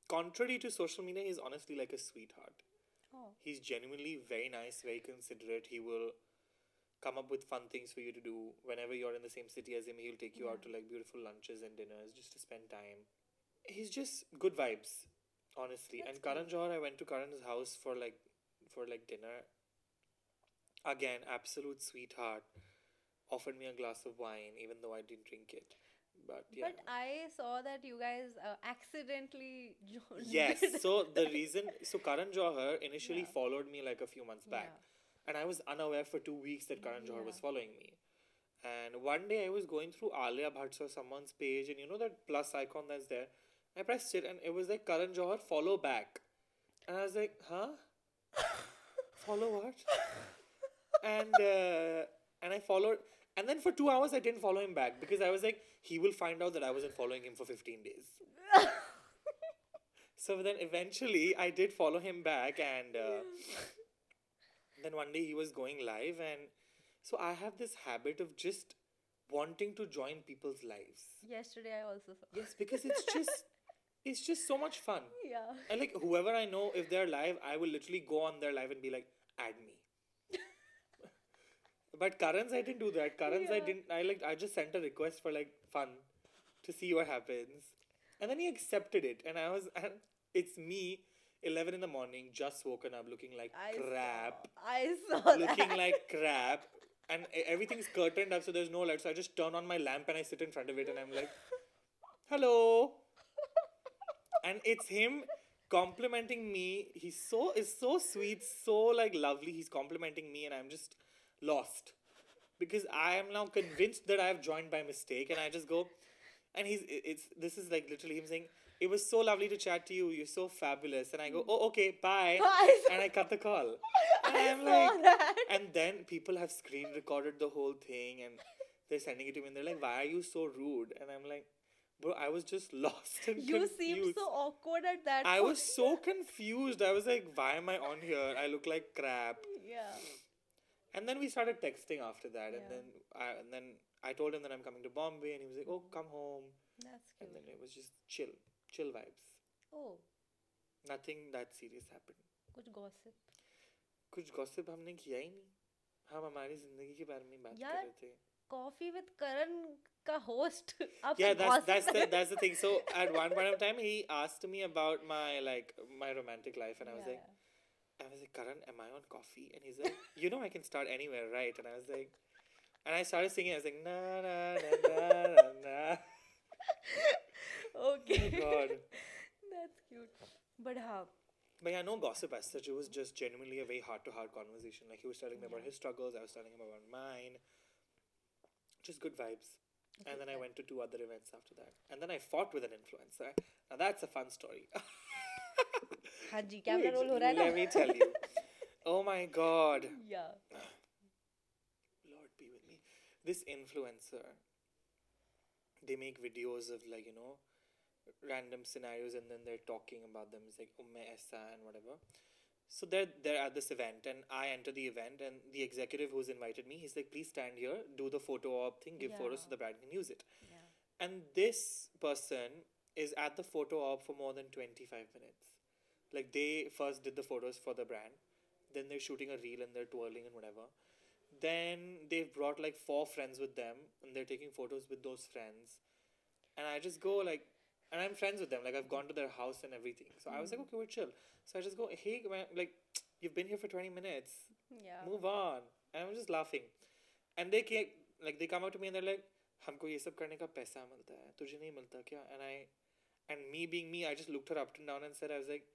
Speaker 1: Contrary to social media, he's honestly like a sweetheart.
Speaker 3: Oh.
Speaker 1: He's genuinely very nice, very considerate. He will come up with fun things for you to do. Whenever you're in the same city as him, he'll take you out to like beautiful lunches and dinners just to spend time. He's just good vibes, honestly. and Karan Johar, I went to Karan's house for like for like dinner. Again, absolute sweetheart. Offered me a glass of wine, even though I didn't drink it. But yeah.
Speaker 3: But I saw that you guys uh, accidentally [laughs] joined.
Speaker 1: Yes. So the reason, so Karan Johar initially
Speaker 3: Yeah.
Speaker 1: followed me like a few months back, [laughs] and I was unaware for two weeks that Karan Johar was
Speaker 3: Yeah.
Speaker 1: following me. And one day I was going through Alia Bhatt's or someone's page, and you know that plus icon that's there. I pressed it, and it was like Karan Johar follow back, and I was like, huh? follow what? and uh, and I followed. And then for two hours, I didn't follow him back because I was like, he will find out that I wasn't following him for 15 days. So then eventually I did follow him back and uh, then one day he was going live and so I have this habit of just wanting to join people's lives.
Speaker 3: Yesterday I also saw.
Speaker 1: Yes, because it's just It's just so much fun.
Speaker 3: Yeah.
Speaker 1: And like whoever I know, if they're live, I will literally go on their live and be like, add
Speaker 3: [laughs]
Speaker 1: me. but Karan's I didn't do that. Karan's I
Speaker 3: Yeah.
Speaker 1: didn't I like I just sent a request for like fun to see what happens. And then he accepted it and I was [laughs] and it's me, eleven in the morning, just woken up looking like
Speaker 3: I
Speaker 1: crap.
Speaker 3: Saw, I saw
Speaker 1: Looking
Speaker 3: that. [laughs]
Speaker 1: like crap. And e- everything's curtained up so there's no light. So I just turn on my lamp and I sit in front of it and I'm like, Hello and it's him complimenting me he's so is so sweet so like lovely he's complimenting me and i'm just lost because i am now convinced that i have joined by mistake and i just go and he's i- it's this is like literally him saying it was so lovely to chat to you you're so fabulous and i go oh okay bye
Speaker 3: [laughs] I saw,
Speaker 1: and i cut the call and
Speaker 3: [laughs] I
Speaker 1: i'm
Speaker 3: saw
Speaker 1: like
Speaker 3: that.
Speaker 1: and then people have screen recorded the whole thing and they're sending it to me and they're like, Why are you so rude? And I'm like, Bro, I was just [laughs] lost and
Speaker 3: You
Speaker 1: confused.
Speaker 3: seemed so awkward at that.
Speaker 1: I was
Speaker 3: point.
Speaker 1: so confused. I was like, Why am I on here? I look like crap.
Speaker 3: Yeah.
Speaker 1: And then we started texting after that and
Speaker 3: Yeah.
Speaker 1: then I and then I told him that I'm coming to Bombay and he was like, Oh, come home
Speaker 3: That's
Speaker 1: and then
Speaker 3: cute.
Speaker 1: it was just chill. Chill vibes.
Speaker 3: Oh,
Speaker 1: Nothing that serious happened.
Speaker 3: कुछ gossip.
Speaker 1: कुछ gossip हमने किया ही नहीं हम हमारी जिंदगी के बारे में बात कर
Speaker 3: यार,
Speaker 1: रहे थे
Speaker 3: Coffee with Karan का
Speaker 1: [laughs]
Speaker 3: host. आप
Speaker 1: yeah that's
Speaker 3: gossip.
Speaker 1: that's the that's the
Speaker 3: [laughs]
Speaker 1: thing so at one point of time he asked me about my like my romantic life and i was like
Speaker 3: Yeah.
Speaker 1: i was like karan am i on coffee and he's like you know i can start anywhere right and i was like and i started singing i was like na na na na na na
Speaker 3: [laughs]
Speaker 1: [laughs] Oh
Speaker 3: okay.
Speaker 1: God.
Speaker 3: [laughs] that's cute. But हाँ,
Speaker 1: but yeah no gossip as such it was just genuinely a very heart to heart conversation like he was telling me about his struggles i was telling him about mine just good vibes and then I went to two other events after that. And then I fought with an influencer. Now that's a fun story.
Speaker 3: हाँ जी camera
Speaker 1: [laughs] Wait,
Speaker 3: roll हो रहा है ना
Speaker 1: Let me tell you. Oh my god.
Speaker 3: [laughs] yeah
Speaker 1: Lord be with me. This influencer, they make videos of like, you know, random scenarios and then they're talking about them. It's like, oh, main aisa and whatever. So they're, they're at this event and I enter the event and the executive who's invited me, he's like, please stand here, do the photo op thing, give photos so
Speaker 3: Yeah.
Speaker 1: the brand can use it.
Speaker 3: yeah
Speaker 1: And this person is at the photo op for more than 25 minutes. Like they first did the photos for the brand, then they're shooting a reel and they're twirling and whatever. Then they've brought like four friends with them and they're taking photos with those friends. And I just go like, and I'm friends with them. Like I've gone to their house and everything. So I was like, okay, we're chill. So I just go, hey, man, like you've been here for 20 minutes
Speaker 3: yeah
Speaker 1: move on and i'm just laughing and they came like they come up to me and they're like हमको ये सब करने का पैसा मिलता है तुझे नहीं मिलता क्या and i and me being me i just looked her up and down and said i was like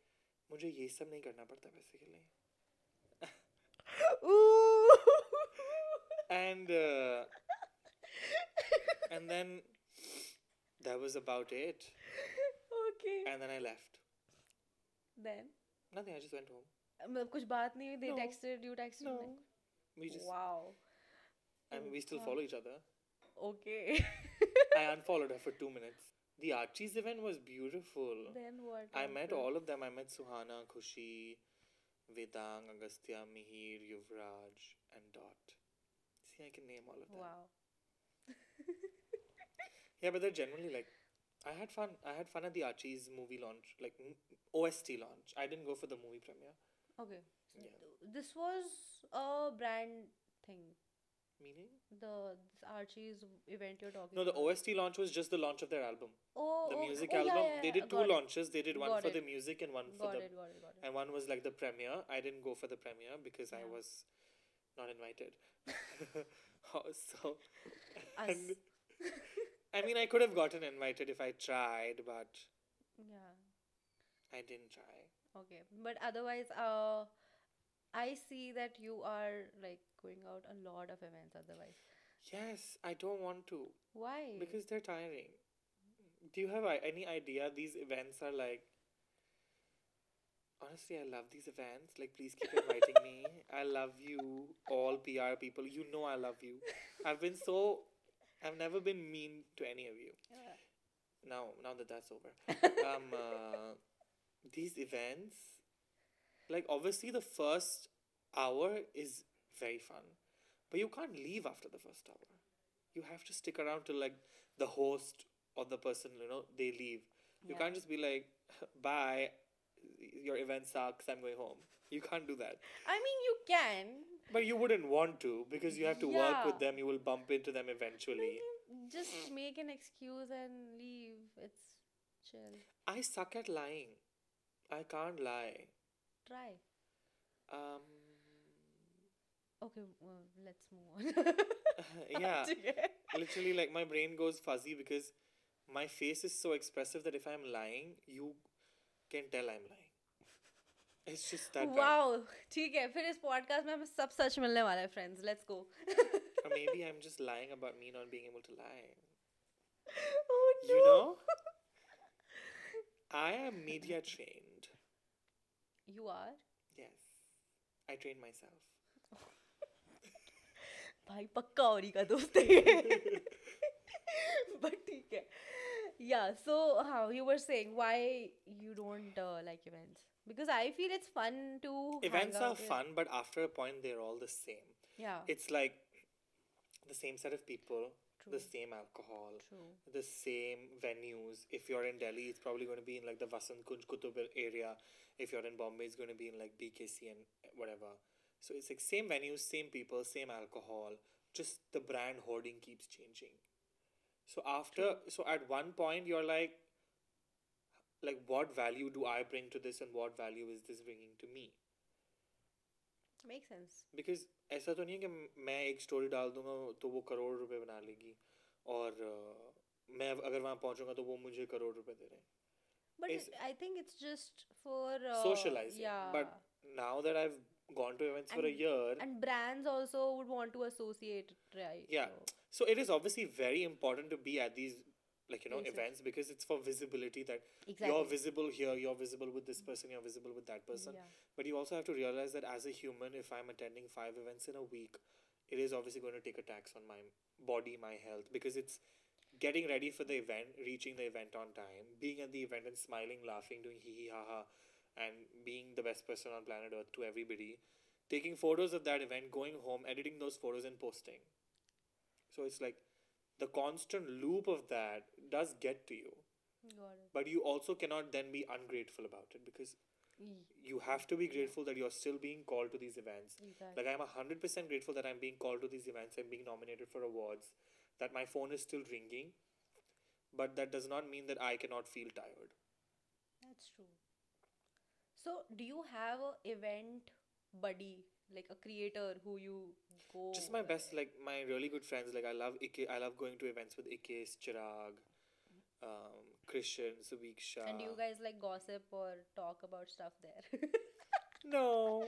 Speaker 1: मुझे ये सब नहीं करना पड़ता पैसे के लिए [laughs]
Speaker 3: Ooh. [laughs]
Speaker 1: and uh, and then that was about it
Speaker 3: okay
Speaker 1: and then i left
Speaker 3: then
Speaker 1: nothing i just went home
Speaker 3: मतलब कुछ बात नहीं हुई they
Speaker 1: No.
Speaker 3: texted you texted
Speaker 1: No.
Speaker 3: like,
Speaker 1: we just
Speaker 3: wow
Speaker 1: i mean we still
Speaker 3: Wow.
Speaker 1: follow each other [laughs]
Speaker 3: okay [laughs]
Speaker 1: i unfollowed her for 2 minutes the archie's event was beautiful
Speaker 3: then what
Speaker 1: I met
Speaker 3: happened?
Speaker 1: all of them. I met Suhana, Khushi, Vedang, Agastya, Mihir, Yuvraj, and Dot. See, I can name all of them.
Speaker 3: wow
Speaker 1: Yeah, but they're generally like, I had fun. I had fun at the Archie's movie launch, like m- OST launch. I didn't go for the movie premiere.
Speaker 3: okay so
Speaker 1: Yeah.
Speaker 3: th- this was a brand thing
Speaker 1: Meaning?
Speaker 3: the this Archie's event you're talking
Speaker 1: No, the
Speaker 3: about.
Speaker 1: OST launch was just the launch of their album,
Speaker 3: oh,
Speaker 1: the
Speaker 3: oh,
Speaker 1: music
Speaker 3: oh, yeah,
Speaker 1: album.
Speaker 3: yeah,
Speaker 1: they
Speaker 3: yeah,
Speaker 1: did two
Speaker 3: got it,
Speaker 1: launches. They did one
Speaker 3: Got
Speaker 1: for the
Speaker 3: it.
Speaker 1: music and one for
Speaker 3: got
Speaker 1: the
Speaker 3: it got it got it
Speaker 1: and one was like the premiere. I didn't go for the premiere because I
Speaker 3: Yeah.
Speaker 1: was not invited. [laughs] Oh, so
Speaker 3: us
Speaker 1: and- I mean, I could have gotten invited if I tried, but
Speaker 3: yeah
Speaker 1: I didn't try.
Speaker 3: Okay, but otherwise, uh, I see that you are like going out a lot of events. Otherwise,
Speaker 1: Yes, I don't want to
Speaker 3: why?
Speaker 1: because they're tiring. Do you have i- any idea? These events are like. Honestly, I love these events. Like, please keep inviting me. I love you, all PR people. You know I love you. I've been so. I've never been mean to any of you.
Speaker 3: Yeah.
Speaker 1: now now that that's
Speaker 3: [laughs]
Speaker 1: over um uh, these events like obviously the first hour is very fun but you can't leave after the first hour you have to stick around till like the host or the person you know they leave You
Speaker 3: Yeah.
Speaker 1: can't just be like, [laughs] bye, your event sucks, I'm going home. You can't do that.
Speaker 3: [laughs] I mean, you can.
Speaker 1: But you wouldn't want to because you have to work
Speaker 3: Yeah.
Speaker 1: with them, you will bump into them eventually.
Speaker 3: Just make an excuse and leave. It's chill.
Speaker 1: I suck at lying. I can't lie.
Speaker 3: Try. [laughs]
Speaker 1: Um, [laughs]
Speaker 3: Okay, well, let's move on.
Speaker 1: [laughs] yeah,
Speaker 3: [laughs] Okay.
Speaker 1: literally, like my brain goes fuzzy because my face is so expressive that if I'm lying, you can tell I'm lying. It's just that bad.
Speaker 3: wow, ठीक है फिर इस podcast में हमें सब सच मिलने वाला है friends let's go
Speaker 1: Or maybe I'm just lying about me not being able to lie.
Speaker 3: [laughs] oh no
Speaker 1: You know? I am media trained.
Speaker 3: [laughs] you are
Speaker 1: Yes. I train myself.
Speaker 3: भाई पक्का और ही का दोस्त है [laughs] बट ठीक है या so how you were saying why you don't like events because I feel it's fun to
Speaker 1: Events are fun, but after a point, they're all the same.
Speaker 3: Yeah
Speaker 1: It's like the same set of people,
Speaker 3: True.
Speaker 1: the same alcohol,
Speaker 3: true
Speaker 1: the same venues. If you're in Delhi, it's probably going to be in like the Vasant Kunj Kutub area. If you're in Bombay, it's going to be in like BKC and whatever. So it's like same venues, same people, same alcohol. Just the brand hoarding keeps changing. So after, so at one point, you're like, like what value do I bring to this, and what value is this bringing to me?
Speaker 3: Make sense
Speaker 1: because ऐसा तो नहीं है कि म- मैं एक story डाल दूंगा तो वो करोड़ रुपए बना लेगी और अ, मैं अगर वहां पहुंचूंगा तो वो मुझे करोड़ रुपए दे रहे हैं
Speaker 3: but
Speaker 1: Is-
Speaker 3: I think it's just for
Speaker 1: Socializing, but now that I have gone to events for a
Speaker 3: And-
Speaker 1: year
Speaker 3: and brands also would want to associate it, right
Speaker 1: Yeah.
Speaker 3: so-
Speaker 1: So it is obviously very important to be at these like you know
Speaker 3: Places.
Speaker 1: events because it's for visibility that
Speaker 3: exactly
Speaker 1: you're visible here, you're visible with this person, you're visible with that person.
Speaker 3: Yeah.
Speaker 1: But you also have to realize that as a human, if I'm attending five events in a week, it is obviously going to take a tax on my body, my health, because it's getting ready for the event, reaching the event on time, being at the event and smiling, laughing, doing hee hee ha ha, and being the best person on planet Earth to everybody, taking photos of that event, going home, editing those photos, and posting. So it's like the constant loop of that does get to you,
Speaker 3: Got it.
Speaker 1: but you also cannot then be ungrateful about it because
Speaker 3: E-
Speaker 1: you have to be grateful that you're still being called to these events.
Speaker 3: exactly.
Speaker 1: Like I'm hundred percent grateful that I'm being called to these events. I'm being nominated for awards. That my phone is still ringing, but that does not mean that I cannot feel tired.
Speaker 3: That's true. So, do you have a event buddy, like a creator who you go?
Speaker 1: Just my
Speaker 3: with?
Speaker 1: best, like my really good friends. Like I love Ike. I love going to events with Ike, Chirag, um, Christian, Subiksha.
Speaker 3: And do you guys like gossip or talk about stuff there? [laughs]
Speaker 1: No,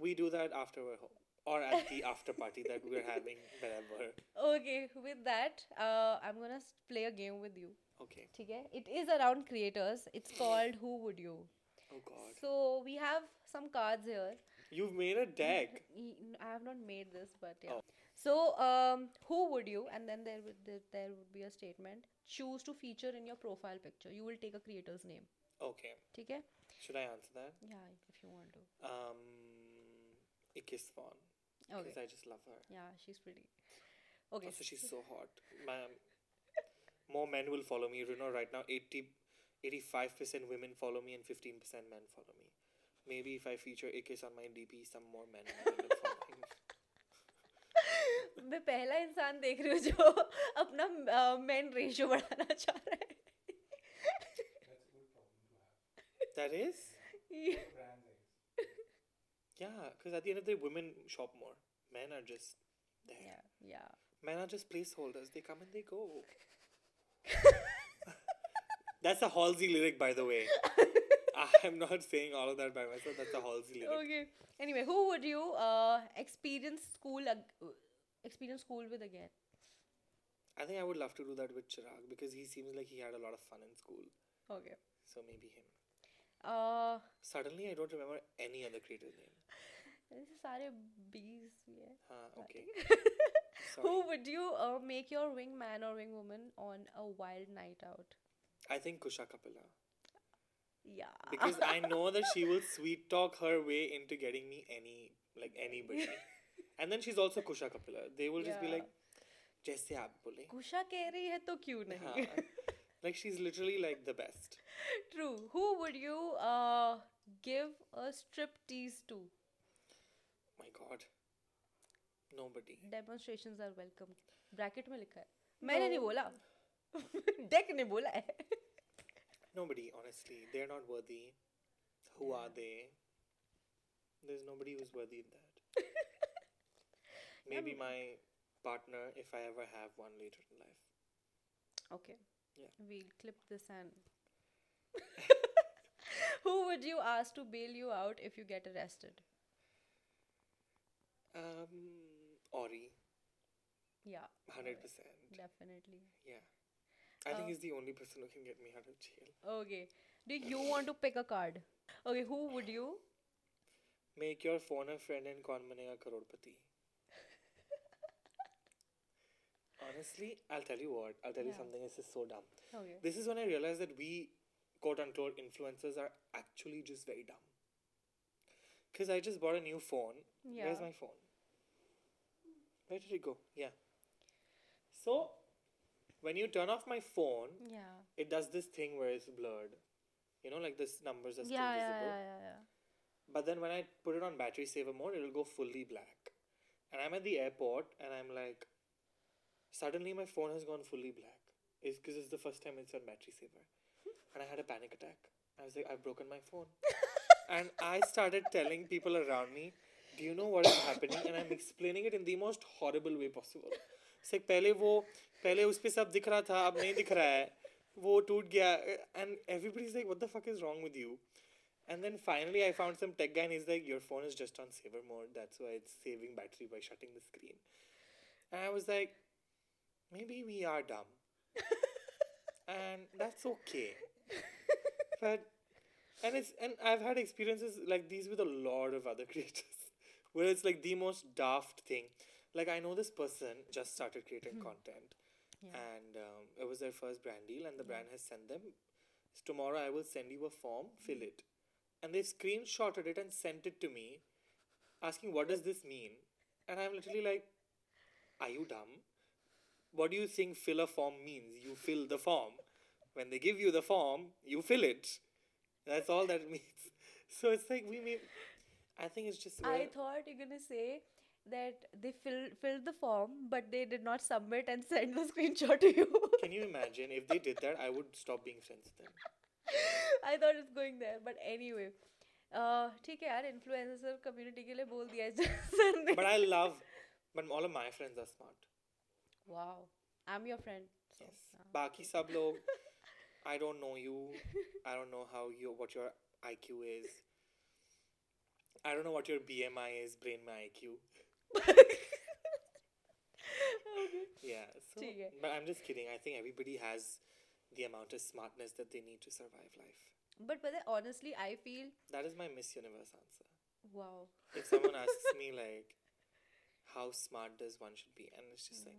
Speaker 1: we do that after we're home or at
Speaker 3: [laughs]
Speaker 1: the after party that we're having wherever.
Speaker 3: okay, with that, uh, I'm gonna s- play a game with you.
Speaker 1: Okay.
Speaker 3: Okay, it is around creators. It's called Who Would You?
Speaker 1: Oh God,
Speaker 3: So we have some cards here.
Speaker 1: you've made a
Speaker 3: [laughs]
Speaker 1: deck.
Speaker 3: E- n- I have not made this, but yeah.
Speaker 1: Oh.
Speaker 3: So, um, who would you? And then there would there, there would be a statement. Choose to feature in your profile picture. You will take a creator's name.
Speaker 1: Okay,
Speaker 3: ठीक है?
Speaker 1: should I answer that?
Speaker 3: Yeah, if you want to.
Speaker 1: Um, Ike Swan. Because
Speaker 3: Okay.
Speaker 1: I just love her.
Speaker 3: Yeah, she's pretty. Okay.
Speaker 1: Also, she's so hot. Man, more men will follow me. You know, right now, 80, 85% women follow me and 15% men follow me. Maybe if I feature Ikis on my DP, some more men will end up following.
Speaker 3: [laughs] [laughs] मैं पहला इंसान देख रही हूँ जो अपना main ratio बढ़ाना चाह रहा है
Speaker 1: That is?
Speaker 3: Yeah.
Speaker 1: Yeah, because at the end of the day, women shop more. Men are just there.
Speaker 3: Yeah, yeah.
Speaker 1: Men are just placeholders. They come and they go.
Speaker 3: [laughs]
Speaker 1: That's a Halsey lyric, by the way. I am not saying all of that by myself. That's a Halsey lyric.
Speaker 3: Okay. Anyway, who would you uh, experience school ag- experience school with again?
Speaker 1: I think I would love to do that with Chirag because he seems like he had a lot of fun in school.
Speaker 3: Okay.
Speaker 1: So maybe him.
Speaker 3: Uh,
Speaker 1: Suddenly, I don't remember any other creator's name.
Speaker 3: ऐसे सारे बीस भी है
Speaker 1: Huh,
Speaker 3: [laughs]
Speaker 1: okay.
Speaker 3: Who
Speaker 1: Sorry.
Speaker 3: would you uh, make your wingman or wingwoman on a wild night out?
Speaker 1: I think Kusha Kapila.
Speaker 3: Yeah.
Speaker 1: Because
Speaker 3: [laughs]
Speaker 1: I know that she will sweet talk her way into getting me any, like anybody.
Speaker 3: [laughs]
Speaker 1: and then she's also Kusha Kapila. They will just be
Speaker 3: Yeah.
Speaker 1: like, Jaise aap bole.
Speaker 3: Kusha कह रही है तो क्यों नहीं?
Speaker 1: Huh. like she's literally like the best.
Speaker 3: [laughs] True. Who would you uh, give a strip tease to?
Speaker 1: My God. Nobody.
Speaker 3: Demonstrations are welcome. Bracket में लिखा है मैंने नहीं बोला डेक ने बोला [laughs] है
Speaker 1: Nobody, honestly. They're not worthy. Who are they? There's nobody who's worthy in that. Maybe my partner, if I ever have one later in life.
Speaker 3: Okay.
Speaker 1: Yeah.
Speaker 3: We'll clip this
Speaker 1: [laughs]
Speaker 3: and. Who would you ask to bail you out if you get arrested?
Speaker 1: Um, Ori,
Speaker 3: Yeah,
Speaker 1: 100%.
Speaker 3: definitely.
Speaker 1: Yeah. I
Speaker 3: Uh,
Speaker 1: think he's the only person who can get me out of jail.
Speaker 3: Okay. Do you want to pick a card? Okay, who would you?
Speaker 1: Make your phone a friend and कौन बनेगा करोड़पति Honestly, I'll tell you what. I'll tell you
Speaker 3: Yeah.
Speaker 1: something. This is so dumb.
Speaker 3: Okay.
Speaker 1: This is when I realized that we, quote unquote, influencers are actually just very dumb. Because I just bought a new phone. Where's
Speaker 3: Yeah.
Speaker 1: my phone? Where did it go? Yeah. So, when you turn off my phone,
Speaker 3: Yeah.
Speaker 1: it does this thing where it's blurred. You know, like this numbers are still
Speaker 3: Yeah, yeah,
Speaker 1: visible.
Speaker 3: yeah, yeah, yeah.
Speaker 1: But then when I put it on battery saver mode, it'll go fully black. And I'm at the airport and I'm like, suddenly my phone has gone fully black. It's because it's the first time it's on battery saver. And I had a panic attack. I was like, I've broken my phone. [laughs] and I started
Speaker 3: [laughs]
Speaker 1: telling people around me, Do you know what is happening? And I'm explaining it in the most horrible way possible. It's like, पहले वो पहले उस पे सब दिख रहा था अब नहीं दिख रहा है वो टूट गया and everybody's like what the fuck is wrong with you and then finally, I found some tech guy, and he's like, "Your phone is just on saver mode. That's why it's saving battery by shutting the screen." And I was like, "Maybe we are dumb, and that's okay." But and it's and I've had experiences like these with a lot of other creators, where it's like the most daft thing. Like I know this person just started creating content,
Speaker 3: Hmm. Yeah.
Speaker 1: and um, it was their first brand deal, and the brand has sent them. Tomorrow I will send you a form,
Speaker 3: Hmm.
Speaker 1: fill it, and they screenshotted it and sent it to me, asking what does this mean, and I'm literally like, are you dumb? What do you think fill a form means? You fill the form. When they give you the form, you fill it. That's all that [laughs] means. So it's like we may. I think it's just.
Speaker 3: I
Speaker 1: well-
Speaker 3: thought you're gonna say that they fill, filled the form, but they did not submit and send the [laughs] screenshot to you.
Speaker 1: Can you imagine if they did that? I would stop being friends with them.
Speaker 3: [laughs] I thought it's going there, but anyway. Uh, ठीक है यार influencer community के लिए बोल दिया है Jason ने.
Speaker 1: [laughs] But I love. But all of my friends are smart.
Speaker 3: wow, I'm your friend. So,
Speaker 1: Yes.
Speaker 3: uh,
Speaker 1: Baki sab log, I don't know you. I don't know how you what your IQ is. I don't know what your BMI is, brain my IQ.
Speaker 3: okay.
Speaker 1: Yeah. So,
Speaker 3: ठीक है।
Speaker 1: but I'm just kidding. I think everybody has the amount of smartness that they need to survive life.
Speaker 3: But but then honestly, I feel
Speaker 1: That is my Miss Universe answer.
Speaker 3: wow.
Speaker 1: If someone asks me like, how smart does one should be, and it's just
Speaker 3: Mm.
Speaker 1: like,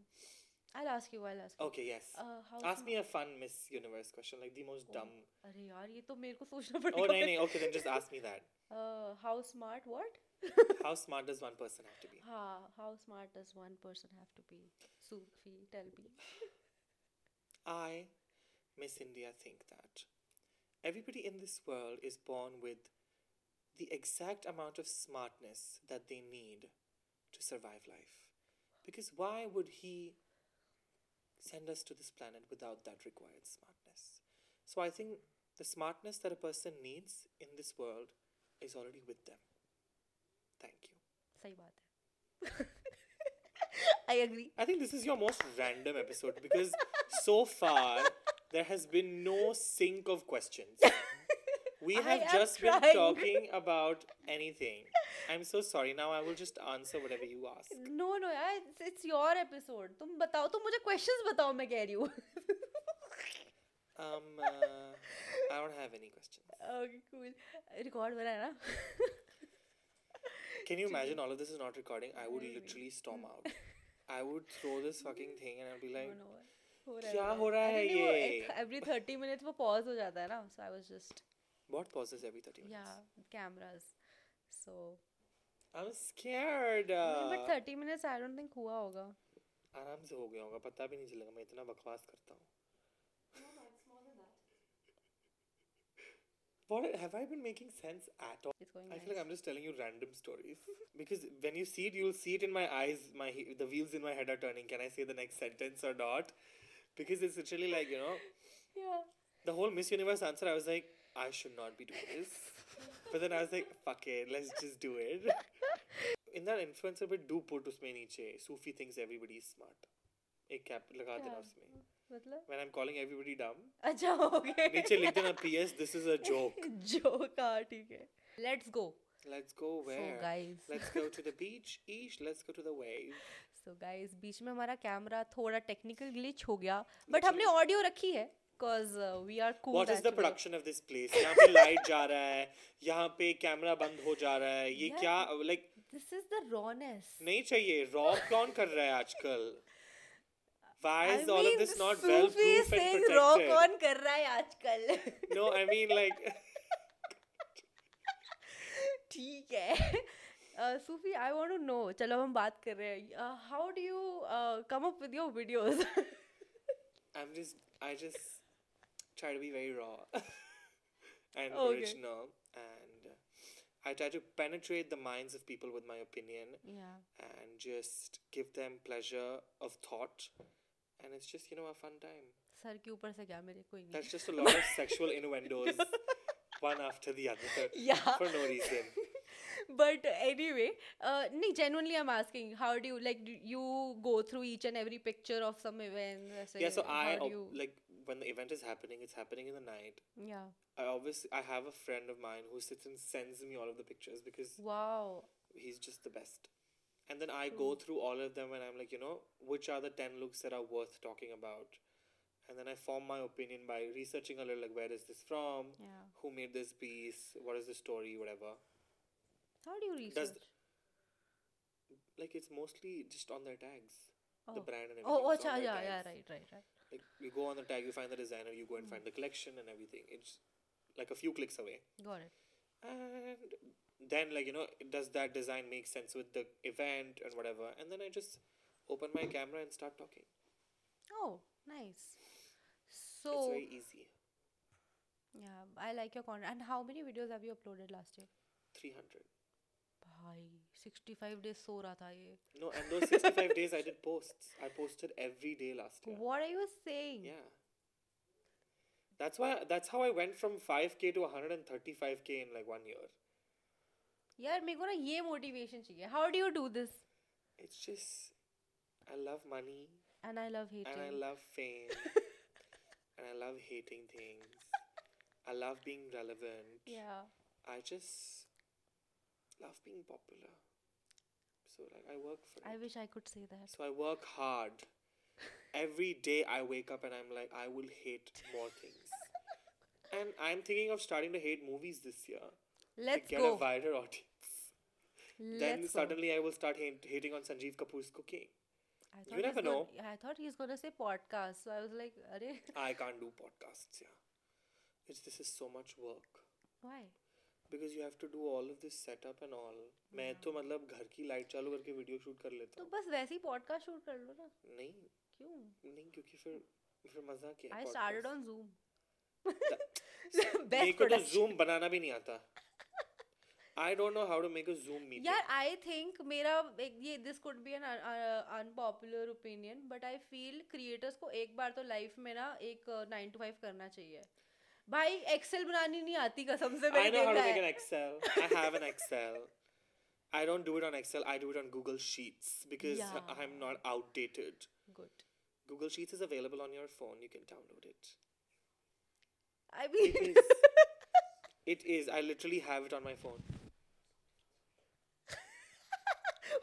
Speaker 3: I'll ask you. I'll ask. You.
Speaker 1: okay, yes.
Speaker 3: Uh, how
Speaker 1: Oh, Ask
Speaker 3: sm-
Speaker 1: me a fun Miss Universe question, like the most dumb.
Speaker 3: अरे यार ये तो मेरे को सोचना पड़ेगा
Speaker 1: Oh, no, no. Okay, then just ask me that.
Speaker 3: Uh, how smart?
Speaker 1: [laughs]
Speaker 3: What?
Speaker 1: How smart does one person have to be?
Speaker 3: हाँ, how smart does one person have to be? Sufi, tell me.
Speaker 1: I, Miss India, think that everybody in this world is born with the exact amount of smartness that they need to survive life. Because why would he send us to this planet without that required smartness? So I think the smartness that a person needs in this world is already with them. Thank you.
Speaker 3: सही बात है. [laughs] I agree.
Speaker 1: I think this is your most random episode because so far there has been no sync of
Speaker 3: [laughs]
Speaker 1: questions. We
Speaker 3: I
Speaker 1: have
Speaker 3: am
Speaker 1: just been
Speaker 3: trying.
Speaker 1: talking about anything. I'm so sorry. Now I will just answer whatever you ask.
Speaker 3: No, no, yeah, it's, it's your episode. तुम बताओ तुम मुझे questions बताओ मैं कह रही हूँ.
Speaker 1: Um, uh, I don't have any questions.
Speaker 3: [laughs] Okay, cool. Record वाला है ना? [laughs]
Speaker 1: Can you imagine all of this is not recording? I would literally storm out. I would throw this fucking thing and I'd be like,
Speaker 3: No, no, हो रहा है,
Speaker 1: क्या
Speaker 3: हो
Speaker 1: हो रहा
Speaker 3: अरे
Speaker 1: है
Speaker 3: नहीं, वो
Speaker 1: ये?
Speaker 3: एक- every 30 minutes वो pause हो जाता है ना. So I was just
Speaker 1: what pauses every 30 minutes?
Speaker 3: yeah cameras. So
Speaker 1: I'm scared.
Speaker 3: नहीं, but
Speaker 1: Uh,
Speaker 3: 30 minutes I don't think हुआ होगा.
Speaker 1: आराम से हो गया होगा पता भी नहीं चलेगा मैं इतना बकवास करता हूँ
Speaker 2: No, no, it's more than that.
Speaker 1: What have I been making sense at all?
Speaker 3: It's going
Speaker 1: I feel
Speaker 3: nice.
Speaker 1: like I'm just telling you random stories because when you see it, you'll see it in my eyes. My he- the wheels in my head are turning. Can I say the next sentence or not? Because it's literally like you know
Speaker 3: yeah.
Speaker 1: the whole Miss Universe answer. I was like, I should not be doing this, but then I was like, fuck it, let's just do it. In that influencer bit, do put उसमें नीचे. Sufi thinks everybody is smart. एक cap लगा देना
Speaker 3: Yeah.
Speaker 1: उसमें.
Speaker 3: मतलब
Speaker 1: When I'm calling everybody dumb,
Speaker 3: अच्छा हो गया
Speaker 1: नीचे लिख
Speaker 3: [laughs]
Speaker 1: देना P.S. This is a joke.
Speaker 3: Joke हाँ ठीक है let's go
Speaker 1: Let's go
Speaker 3: so
Speaker 1: where?
Speaker 3: Guys
Speaker 1: Let's go to the beach, Ish. Let's go to the wave.
Speaker 3: So guys बीच में हमारा कैमरा थोड़ा टेक्निकल ग्लिच हो गया बट हमने ऑडियो रखी है uh, because we are cool
Speaker 1: What is the production of this place? यहाँ पे light जा रहा है, यहाँ पे camera बंद हो जा रहा है. ये
Speaker 3: Yeah.
Speaker 1: क्या like
Speaker 3: this is the rawness
Speaker 1: नहीं चाहिए. Raw कौन कर रहा है आजकल? Why
Speaker 3: I
Speaker 1: is all of
Speaker 3: mean,
Speaker 1: this not
Speaker 3: Sufi
Speaker 1: well proof and
Speaker 3: saying
Speaker 1: protected?
Speaker 3: raw कौन कर रहा है आजकल [laughs]
Speaker 1: No, I mean like
Speaker 3: ठीक है Sufi I want to know चलो अब हम बात कर रहे हैं how do you come up with your [laughs] videos
Speaker 1: I'm just I just try to be very raw [laughs] and
Speaker 3: Okay.
Speaker 1: original and I try to penetrate the minds of people with my opinion
Speaker 3: या
Speaker 1: and just give them pleasure of thought. And it's just, you know, a fun time.
Speaker 3: सर के ऊपर से क्या मेरे कोई नहीं
Speaker 1: That's just a lot
Speaker 3: [laughs]
Speaker 1: of sexual innuendos, one after the other,
Speaker 3: Yeah.
Speaker 1: for no
Speaker 3: [laughs]
Speaker 1: reason.
Speaker 3: but anyway uh, no genuinely i'm asking how do you like do you go through each and every picture of some event ऐसे,
Speaker 1: yeah, so I,
Speaker 3: how do
Speaker 1: ob-
Speaker 3: you,
Speaker 1: like, when the event is happening, it's happening in the night.
Speaker 3: yeah
Speaker 1: I obviously, I have a friend of mine who sits and sends me all of the pictures because
Speaker 3: wow
Speaker 1: he's just the best. And then I
Speaker 3: Hmm.
Speaker 1: go through all of them and I'm like, you know, which are the 10 looks that are worth talking about? And then I form my opinion by researching a little, like, where is this from?
Speaker 3: yeah
Speaker 1: Who made this piece? What is the story? Whatever.
Speaker 3: how do you
Speaker 1: Does-
Speaker 3: research
Speaker 1: Like, it's mostly just on their tags, the
Speaker 3: oh
Speaker 1: brand and everything.
Speaker 3: oh, oh
Speaker 1: it's on
Speaker 3: अच्छा,
Speaker 1: their
Speaker 3: yeah yeah
Speaker 1: tags.
Speaker 3: right right right
Speaker 1: Like, you go on the tag, you find the designer, you go and
Speaker 3: Hmm.
Speaker 1: find the collection and everything. It's like a few clicks away.
Speaker 3: got it
Speaker 1: and then like you know does that design make sense with the event and whatever and then i just open my camera and start talking
Speaker 3: oh nice
Speaker 1: it's
Speaker 3: so
Speaker 1: very easy
Speaker 3: yeah i like your content and how many videos have you uploaded last year
Speaker 1: 300
Speaker 3: भाई 65 days सो रहा था ये
Speaker 1: no and those
Speaker 3: [laughs]
Speaker 1: 65 days i did posts i posted every day last year
Speaker 3: what are you saying
Speaker 1: yeah that's why that's how i went from 5k to 135k in like one year
Speaker 3: यार मेरे को ना ये motivation चाहिए how do you do this
Speaker 1: it's just i love money
Speaker 3: and i love hating
Speaker 1: and i love
Speaker 3: [laughs]
Speaker 1: fame and i love hating things i love being relevant
Speaker 3: yeah
Speaker 1: I just love being popular. So like I work for
Speaker 3: I
Speaker 1: it.
Speaker 3: wish I could say that.
Speaker 1: So I work hard. Every day I wake up and I'm like I will hate more
Speaker 3: [laughs]
Speaker 1: things. and I'm thinking of starting to hate movies this year
Speaker 3: Let's
Speaker 1: to get
Speaker 3: go.
Speaker 1: a wider audience. uh, then
Speaker 3: Let's go.
Speaker 1: suddenly I will start hate- hating on Sanjeev Kapoor's cooking.
Speaker 3: I
Speaker 1: you
Speaker 3: thought
Speaker 1: never
Speaker 3: he's gonna-
Speaker 1: know.
Speaker 3: I thought he's gonna say podcast, so I was like, "अरे,
Speaker 1: I can't do podcasts. Yeah, it's this is so much work.
Speaker 3: why?"
Speaker 1: Because you have to do all of this setup and all मैं तो मतलब घर की light चालू करके video shoot कर लेता
Speaker 3: तो
Speaker 1: हूँ
Speaker 3: बस वैसे ही पॉडकास्ट शूट कर लो ना
Speaker 1: नहीं
Speaker 3: क्यों
Speaker 1: नहीं क्योंकि फिर फिर मजा क्या
Speaker 3: आई स्टार्टेड ऑन जूम
Speaker 1: [laughs]
Speaker 3: [laughs]
Speaker 1: मेरे
Speaker 3: बेस्ट
Speaker 1: को तो
Speaker 3: प्रोडक्शन
Speaker 1: जूम बनाना भी नहीं
Speaker 3: [laughs]
Speaker 1: आता I don't know how to make a Zoom
Speaker 3: यार
Speaker 1: मीटिंग
Speaker 3: आई थिंक मेरा एक ये this could be an unpopular opinion but I feel creators को एक बार तो लाइफ में ना एक uh, नाइन टू फाइव करना चाहिए भाई एक्सेल बनानी नहीं आती कसम से
Speaker 1: आई
Speaker 3: मैंने
Speaker 1: नो हाउ टू
Speaker 3: देखा
Speaker 1: मेक एन
Speaker 3: है
Speaker 1: Excel I have an Excel I don't do it on Excel. I do it on Google Sheets because
Speaker 3: Yeah.
Speaker 1: I'm not outdated.
Speaker 3: Good
Speaker 1: Google Sheets is available on your phone. You can download it.
Speaker 3: I mean
Speaker 1: It is.
Speaker 3: [laughs]
Speaker 1: It is. I literally have it on my phone.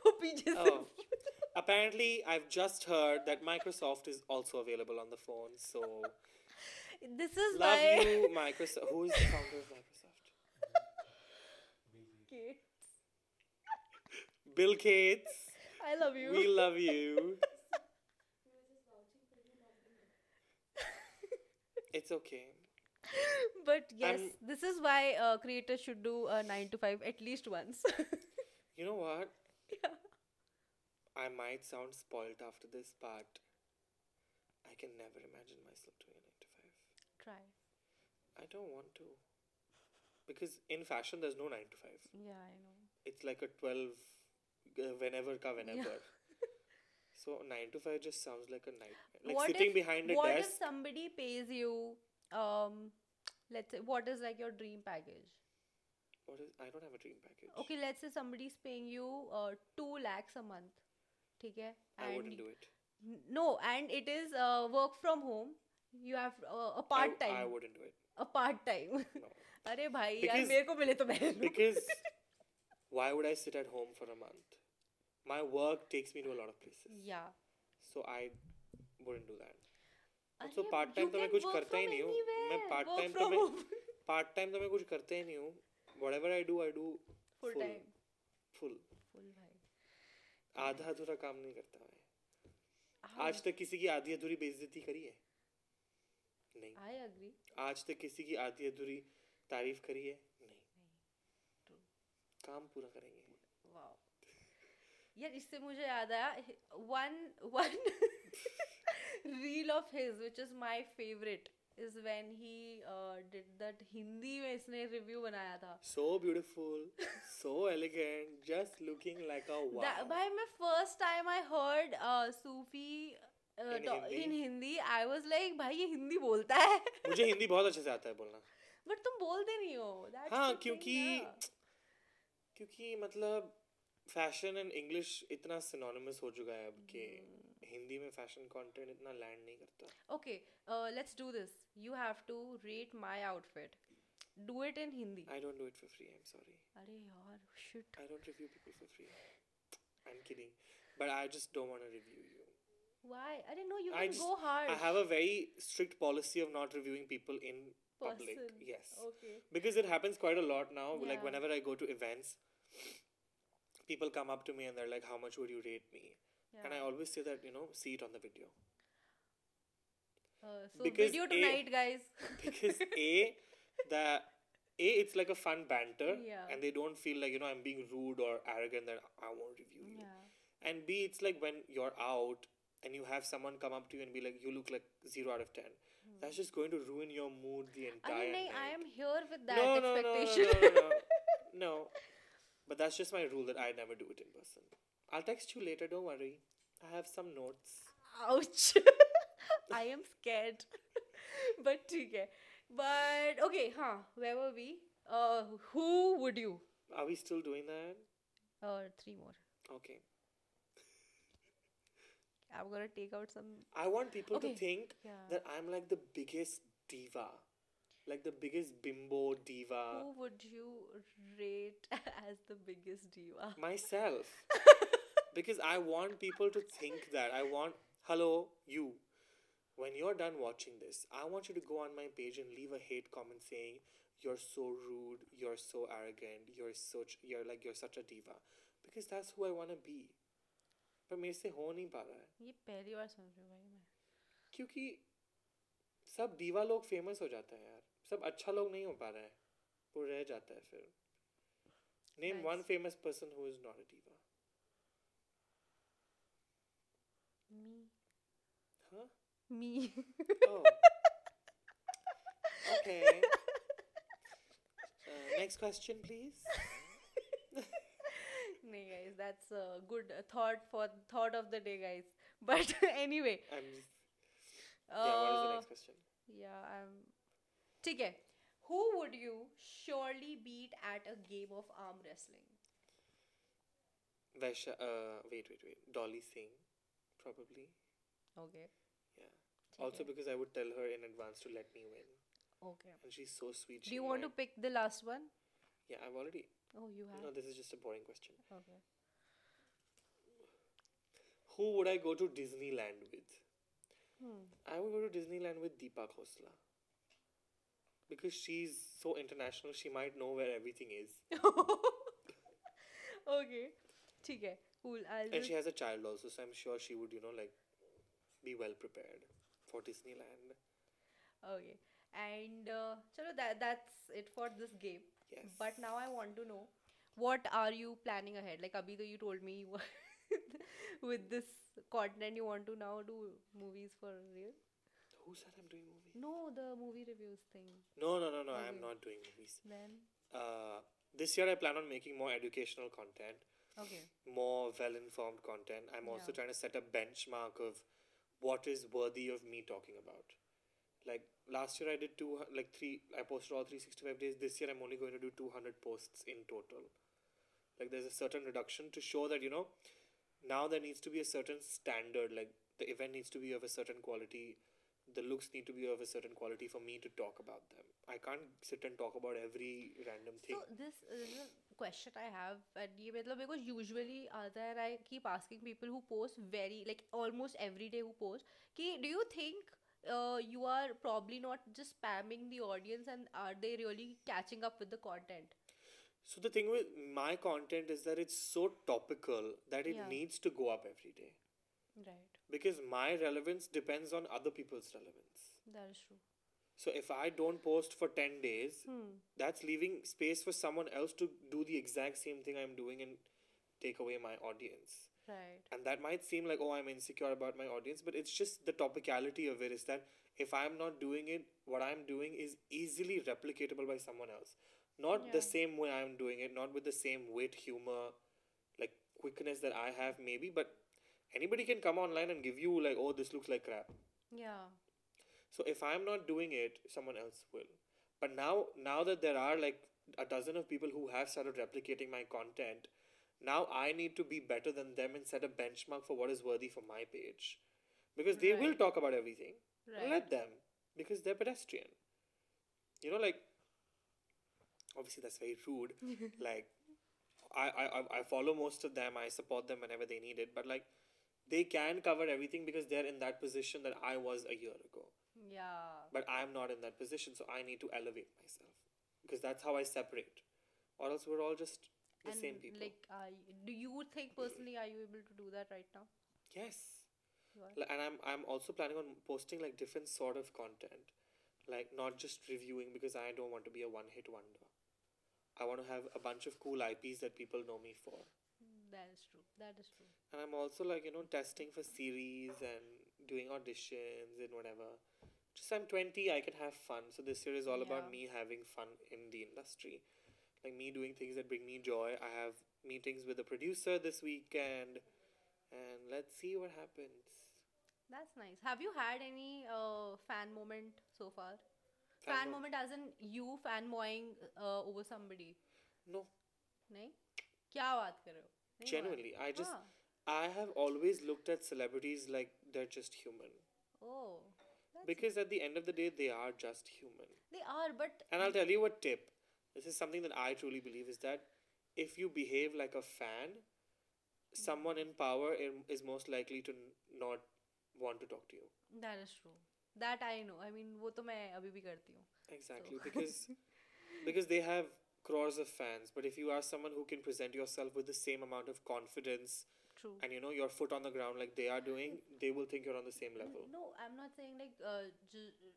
Speaker 3: वो पीछे से
Speaker 1: Oh. Apparently, I've just heard that Microsoft is also available on the phone. So,
Speaker 3: this is
Speaker 1: love
Speaker 3: why
Speaker 1: you, Microsoft. Who is the founder of Microsoft? Bill Gates,
Speaker 3: I love you [laughs]
Speaker 1: we love you. It's okay.
Speaker 3: But yes
Speaker 1: I'm-
Speaker 3: this is why creators should do 9 to 5 at least once [laughs]
Speaker 1: You know what? I might sound spoiled after this, but I can never imagine myself doing a 9 to 5.
Speaker 3: try
Speaker 1: I don't want to. because in fashion there's no 9 to 5
Speaker 3: Yeah, I know.
Speaker 1: it's like a 12 uh, whenever ka whenever [laughs] so 9 to 5 just sounds like a nightmare like
Speaker 3: What
Speaker 1: sitting
Speaker 3: if-
Speaker 1: behind a
Speaker 3: what
Speaker 1: desk
Speaker 3: if somebody pays you, um, let's say, what is like your dream package?
Speaker 1: what is, i don't have a dream package
Speaker 3: Okay, let's say somebody's paying you uh, 2 lakhs a month. ठीक है
Speaker 1: i wouldn't do it
Speaker 3: no and it is uh, work from home you have uh, a
Speaker 1: I-
Speaker 3: part
Speaker 1: I,
Speaker 3: time
Speaker 1: wouldn't
Speaker 3: [laughs]
Speaker 1: do it
Speaker 3: a part time [laughs]
Speaker 1: no
Speaker 3: अरे भाई यार
Speaker 1: Because-
Speaker 3: मेरे को मिले तो मैं लूं।
Speaker 1: because why would i sit at home for a month my work takes me to a lot of places
Speaker 3: yeah
Speaker 1: so i wouldn't do that
Speaker 3: अरे
Speaker 1: So part
Speaker 3: you
Speaker 1: time तो मैं
Speaker 3: can
Speaker 1: कुछ
Speaker 3: work
Speaker 1: करता ही
Speaker 3: from
Speaker 1: नहीं हूँ। मैं
Speaker 3: anywhere,
Speaker 1: part
Speaker 3: work
Speaker 1: time तो
Speaker 3: from
Speaker 1: मैं-
Speaker 3: home. [laughs]
Speaker 1: part time तो मैं कुछ करते ही नहीं हूँ whatever I do I do
Speaker 3: full time
Speaker 1: full
Speaker 3: full भाई
Speaker 1: आधा अधूरा काम नहीं करता मैं
Speaker 3: हाँ,
Speaker 1: आज तक किसी की आधी अधूरी बेइज्जती करी है नहीं
Speaker 3: I agree
Speaker 1: आज तक किसी की आधी अधूरी तारीफ करी है नहीं
Speaker 3: True.
Speaker 1: काम पूरा करेंगे
Speaker 3: wow यार इससे मुझे याद आया one one [laughs] reel of his which is my favorite is when he uh, did that Hindi में इसने review बनाया था
Speaker 1: so beautiful so elegant just looking like a
Speaker 3: That,
Speaker 1: wow
Speaker 3: by my first time I heard uh, Sufi uh,
Speaker 1: In
Speaker 3: ta-
Speaker 1: Hindi?
Speaker 3: in Hindi, I was like, भाई ये हिंदी बोलता है [laughs]
Speaker 1: मुझे हिंदी बहुत अच्छे से आता है बोलना
Speaker 3: बट तुम बोलते नहीं हो That's
Speaker 1: हाँ,
Speaker 3: the thing
Speaker 1: क्योंकि-
Speaker 3: ना.
Speaker 1: क्योंकि मतलब फैशन एंड इंग्लिश इतना सिनोनिमस हो चुका है अब कि
Speaker 3: हम्म।
Speaker 1: हिंदी में फैशन कंटेंट इतना लैंड नहीं करता
Speaker 3: Hmm. Okay, uh, let's do this. You have to rate my outfit. Do it in Hindi.
Speaker 1: I don't do it for free I am sorry
Speaker 3: अरे यार shit.
Speaker 1: I don't review people for free I am kidding but I just don't want to review you
Speaker 3: Why? अरे no, you
Speaker 1: I
Speaker 3: can go
Speaker 1: just
Speaker 3: hard.
Speaker 1: I have a very strict policy of not reviewing people in public
Speaker 3: Person.
Speaker 1: Yes
Speaker 3: Okay.
Speaker 1: because it happens quite a lot now like
Speaker 3: Yeah.
Speaker 1: whenever i go to events people come up to me and they're like how much would you rate me and i
Speaker 3: Yeah.
Speaker 1: always say that you know see it on the video [laughs]
Speaker 3: Uh, so
Speaker 1: because
Speaker 3: video
Speaker 1: a-
Speaker 3: tonight, guys.
Speaker 1: [laughs] because
Speaker 3: [laughs]
Speaker 1: a the a it's like a fun banter
Speaker 3: Yeah.
Speaker 1: and they don't feel like you know i'm being rude or arrogant that i won't review you
Speaker 3: yeah.
Speaker 1: and b it's like when you're out and you have someone come up to you and be like you look like 0 out of 10 that's just going to ruin your mood the entire
Speaker 3: अरे नहीं,
Speaker 1: night.
Speaker 3: I am here with that
Speaker 1: No, no, no, no,
Speaker 3: expectation.
Speaker 1: No, no, no, No. But that's just my rule that I never do it in person. I'll text you later, don't worry. I have some notes.
Speaker 3: Ouch. [laughs] I am scared. [laughs] but ठीक है. But okay, huh? Where were we? Uh, who would you?
Speaker 1: Are we still doing that?
Speaker 3: Uh, three more.
Speaker 1: Okay.
Speaker 3: I'm gonna take out some.
Speaker 1: I want people
Speaker 3: Okay. Uh.
Speaker 1: to think
Speaker 3: Yeah.
Speaker 1: that I'm like the biggest diva. Like the biggest bimbo diva.
Speaker 3: who would you rate [laughs] as the biggest diva?
Speaker 1: Myself. because I want people to think that. I want, hello, you. When you're done watching this, I want you to go on my page and leave a hate comment saying, you're so rude, you're so arrogant, you're such, you're like, you're such a diva. Because that's who I want to be. पर मेरे से हो नहीं पा रहा है
Speaker 3: ये पहली बार सुन रही हूँ भाई मैं.
Speaker 1: क्योंकि सब दीवा लोग फेमस हो जाता है यार सब अच्छा लोग नहीं हो पा रहा है वो रह जाता है फिर name one
Speaker 3: Nice.
Speaker 1: Famous person who is not a diva
Speaker 3: Me.
Speaker 1: हाँ
Speaker 3: Me. [laughs]
Speaker 1: Oh. Okay. Uh, next question, [laughs] please.
Speaker 3: [laughs] नहीं guys, that's a good thought for thought of the day, guys. [laughs] But anyway.
Speaker 1: I'm, yeah, what is the
Speaker 3: uh,
Speaker 1: next question?
Speaker 3: Yeah, I'm. ठीक है. Who would you surely beat at a game of arm wrestling?
Speaker 1: Vaisha, uh, wait, wait, wait. Dolly Singh, probably.
Speaker 3: Okay.
Speaker 1: Yeah. Also because I would tell her in advance to let me win,
Speaker 3: Okay.
Speaker 1: and she's so sweet.
Speaker 3: Do
Speaker 1: she
Speaker 3: you want to
Speaker 1: might-
Speaker 3: pick the last one?
Speaker 1: Yeah, I've already.
Speaker 3: Oh, you
Speaker 1: No,
Speaker 3: have.
Speaker 1: this is just a boring question.
Speaker 3: Okay.
Speaker 1: Who would I go to Disneyland with?
Speaker 3: Hmm.
Speaker 1: I would go to Disneyland with Deepa Khosla. Because she's so international, she might know where everything is. [laughs]
Speaker 3: okay. ठीक है. Cool. I'll
Speaker 1: And
Speaker 3: just.
Speaker 1: she has a child also, so I'm sure she would, you know, like be well prepared for Disneyland.
Speaker 3: Okay. And uh, चलो that that's it for this game.
Speaker 1: Yes.
Speaker 3: But now I want to know what are you planning ahead? Like Abhi, though you told me you [laughs] with this content you want to now do movies for real.
Speaker 1: Who said I'm doing movies?
Speaker 3: No, the movie reviews thing.
Speaker 1: No, no, no, no. I'm
Speaker 3: Okay.
Speaker 1: not doing movies.
Speaker 3: Then
Speaker 1: uh, this year I plan on making more educational content,
Speaker 3: Okay.
Speaker 1: more well informed content. I'm also
Speaker 3: Yeah.
Speaker 1: trying to set a benchmark of what is worthy of me talking about. Like last year, I did two, hu- like three, I posted all 365 days. This year, I'm only going to do 200 posts in total. Like there's a certain reduction to show that, you know, now there needs to be a certain standard. Like the event needs to be of a certain quality. The looks need to be of a certain quality for me to talk about them. I can't sit and talk about every random thing.
Speaker 3: So this is a question I have, and ये मतलब because usually आता है and I keep asking people who post very like almost every day who post कि do you think uh, you are probably not just spamming the audience and are they really catching up with the content?
Speaker 1: So the thing with my content is that it's so topical that it
Speaker 3: Yeah.
Speaker 1: needs to go up every day
Speaker 3: Right,
Speaker 1: because my relevance depends on other people's relevance.
Speaker 3: that is true.
Speaker 1: So if I don't post for 10 days,
Speaker 3: Hmm.
Speaker 1: that's leaving space for someone else to do the exact same thing I'm doing and take away my audience.
Speaker 3: Right.
Speaker 1: And that might seem like, oh, I'm insecure about my audience, but it's just the topicality of it is that if I'm not doing it, what I'm doing is easily replicatable by someone else. Not the
Speaker 3: Yeah.
Speaker 1: same way I'm doing it, not with the same wit, humor, like quickness that I have, maybe, but anybody can come online and give you, like, oh, this looks like crap.
Speaker 3: Yeah.
Speaker 1: So if I'm not doing it, someone else will. But now, now that there are like a dozen of people who have started replicating my content, now I need to be better than them and set a benchmark for what is worthy for my page, because they will
Speaker 3: Right.
Speaker 1: talk about everything.
Speaker 3: Right.
Speaker 1: Let them, because they're pedestrian. You know, like obviously that's very rude.
Speaker 3: [laughs]
Speaker 1: like I, I I- I follow most of them. I support them whenever they need it. But like they can cover everything because they're in that position that I was a year ago
Speaker 3: Yeah.
Speaker 1: but I'm not in that position, so I need to elevate myself because that's how I separate, or else we're all just the
Speaker 3: and
Speaker 1: same people.
Speaker 3: like, are you, do you think personally are you able to do that right now?
Speaker 1: yes,
Speaker 3: You are?
Speaker 1: Like, and I'm I'm also planning on posting like different sort of content, like not just reviewing because I don't want to be a one hit wonder. I want to have a bunch of cool IPs that people know me for,
Speaker 3: That is true. That is true.
Speaker 1: and I'm also like you know testing for series and doing auditions and whatever. Just I'm twenty, I can have fun. So this year is all
Speaker 3: Yeah.
Speaker 1: about me having fun in the industry. like me doing things that bring me joy. I have meetings with the producer this weekend, and let's see what happens.
Speaker 3: That's nice. Have you had any uh, fan moment so far? Fan,
Speaker 1: Fanboy-
Speaker 3: moment as in you fanboying uh, over somebody,
Speaker 1: No,
Speaker 3: नहीं? क्या बात कर रहे हो? नहीं हुआ है?
Speaker 1: genuinely, I just
Speaker 3: हाँ.
Speaker 1: I have always looked at celebrities like they're just human
Speaker 3: Oh. That's-
Speaker 1: because at the end of the day they are just human.
Speaker 3: They are, but
Speaker 1: And I'll tell you a tip. This is something that I truly believe is that if you behave like a fan, someone in power in- is most likely to n- not want to talk to you.
Speaker 3: that is true. That I know. I mean, वो तो मैं अभी भी करती हूँ.
Speaker 1: Exactly, because because they have crores of fans. But if you are someone who can present yourself with the same amount of confidence
Speaker 3: True.
Speaker 1: and you know your foot on the ground like they are doing, they will think you're on the same level.
Speaker 3: No, I'm not saying like uh, ju-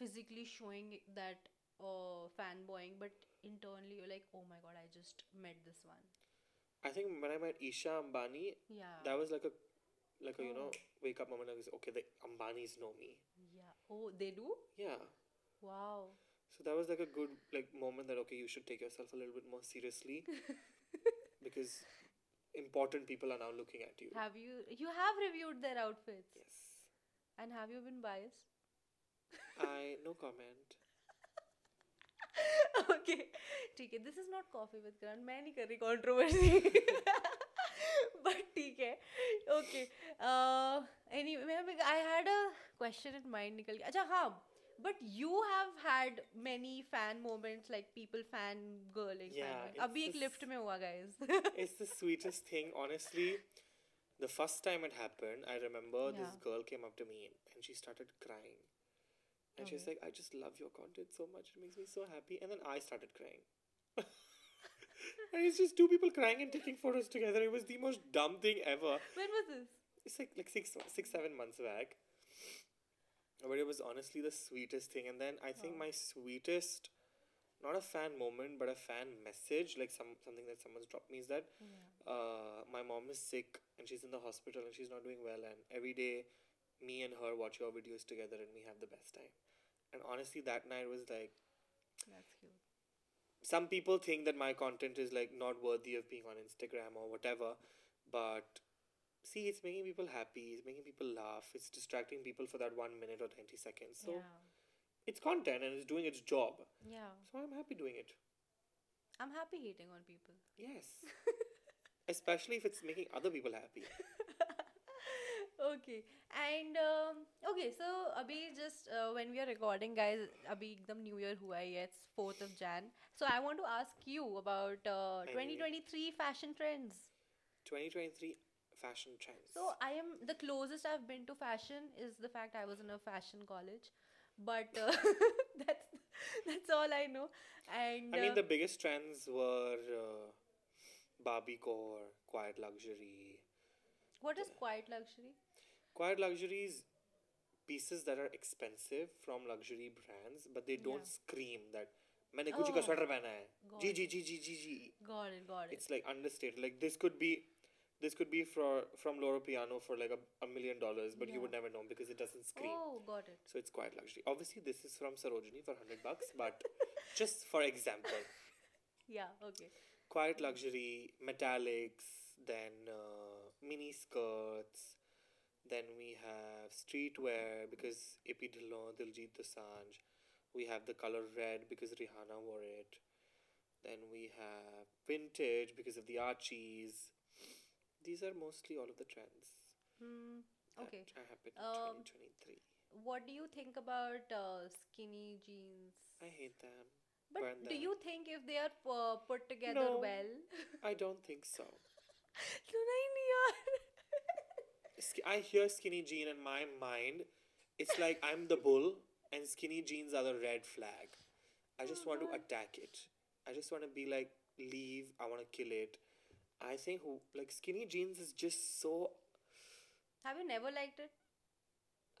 Speaker 3: physically showing that uh, fanboying, but internally you're like, oh my god, I just met this one.
Speaker 1: I think when I met Isha Ambani,
Speaker 3: Yeah.
Speaker 1: that was like a like a you know
Speaker 3: Oh.
Speaker 1: wake up moment. Like okay, the Ambanis know me.
Speaker 3: yeah. Oh, they do?
Speaker 1: Yeah.
Speaker 3: Wow.
Speaker 1: So that was like a good like moment that okay, you should take yourself a little bit more
Speaker 3: [laughs]
Speaker 1: seriously because important people are now looking at you.
Speaker 3: Have you you have reviewed their outfits?
Speaker 1: Yes.
Speaker 3: And have you been biased?
Speaker 1: I no comment.
Speaker 3: okay. ठीक है this is not coffee with Karan मैं नहीं कर रही controversy [laughs] but ठीक है okay uh, anyway मैं भी- I had a question in mind निकल गया अच्छा हाँ but you have had many fan moments like people fan girling
Speaker 1: Yeah, it's
Speaker 3: अभी एक
Speaker 1: this-
Speaker 3: लिफ्ट में हुआ guys
Speaker 1: [laughs] it's the sweetest thing, honestly. The first time it happened, I remember this
Speaker 3: Yeah.
Speaker 1: girl came up to me and she started crying. And she's like, I just love your content so much. It makes me so happy. And then I started crying. [laughs] and it's just two people crying and taking photos together. It was the most dumb thing ever.
Speaker 3: when was this
Speaker 1: It's like, like six, six, seven months back. But it was honestly the sweetest thing. And then I think my sweetest, not a fan moment, but a fan message, like some something that someone's dropped me, is that uh, my mom is sick and she's in the hospital and she's not doing well. And every day, me and her watch your videos together and we have the best time. And honestly, that night was like,
Speaker 3: that's cute
Speaker 1: some people think that my content is like not worthy of being on Instagram or whatever, but see, it's making people happy, it's making people laugh, it's distracting people for that one minute or 90 seconds. So
Speaker 3: yeah.
Speaker 1: it's content and it's doing its job.
Speaker 3: Yeah.
Speaker 1: So I'm happy doing it.
Speaker 3: I'm happy hating on people.
Speaker 1: Yes.
Speaker 3: [laughs]
Speaker 1: Especially if it's making other people happy.
Speaker 3: [laughs] okay and um, okay so abhi just uh, when we are recording guys abhi ekdam new year hua hai it's 4th of jan so i want to ask you about uh,
Speaker 1: Anyway.
Speaker 3: 2023 fashion trends
Speaker 1: 2023 fashion trends.
Speaker 3: so i am the closest i've been to fashion is the fact i was in a fashion college but uh, [laughs] that's that's all i know and
Speaker 1: I mean,
Speaker 3: uh,
Speaker 1: the biggest trends were uh, Barbie core, quiet luxury.
Speaker 3: what is quiet luxury
Speaker 1: Quiet luxury is pieces that are expensive from luxury brands, but they don't
Speaker 3: Yeah.
Speaker 1: scream that मैंने Gucci का
Speaker 3: Oh.
Speaker 1: Sweater पहना है
Speaker 3: Got
Speaker 1: जी
Speaker 3: it.
Speaker 1: जी जी जी जी जी
Speaker 3: got it got it
Speaker 1: it's like understated like this could be this could be for from Loro Piano for like a, a million dollars but you
Speaker 3: Yeah.
Speaker 1: would never know because it doesn't scream
Speaker 3: oh got it
Speaker 1: so it's quite luxury obviously this is from Sarojini for 100 bucks but
Speaker 3: [laughs]
Speaker 1: just for example
Speaker 3: yeah okay
Speaker 1: quiet luxury, metallics, then uh, mini skirts. Then we have streetwear because Ipi Dhillon, Diljit Dosanjh. We have the color red because Rihanna wore it. Then we have vintage because of the Archies. These are mostly all of the trends
Speaker 3: Hmm.
Speaker 1: that
Speaker 3: okay
Speaker 1: are happening
Speaker 3: Um,
Speaker 1: in 2023.
Speaker 3: what do you think about uh, skinny jeans?
Speaker 1: I hate them.
Speaker 3: But
Speaker 1: burn
Speaker 3: do
Speaker 1: them.
Speaker 3: you think if they are uh, put together
Speaker 1: No. [laughs]
Speaker 3: well?
Speaker 1: I don't think so.
Speaker 3: सुना ही नहीं यार.
Speaker 1: Sk- I hear skinny jean in my mind. It's like I'm the bull, and skinny jeans are the red flag. I just want to attack it. I just want to be like, leave. I want to kill it. I think who like skinny jeans is just so.
Speaker 3: Have you never liked it?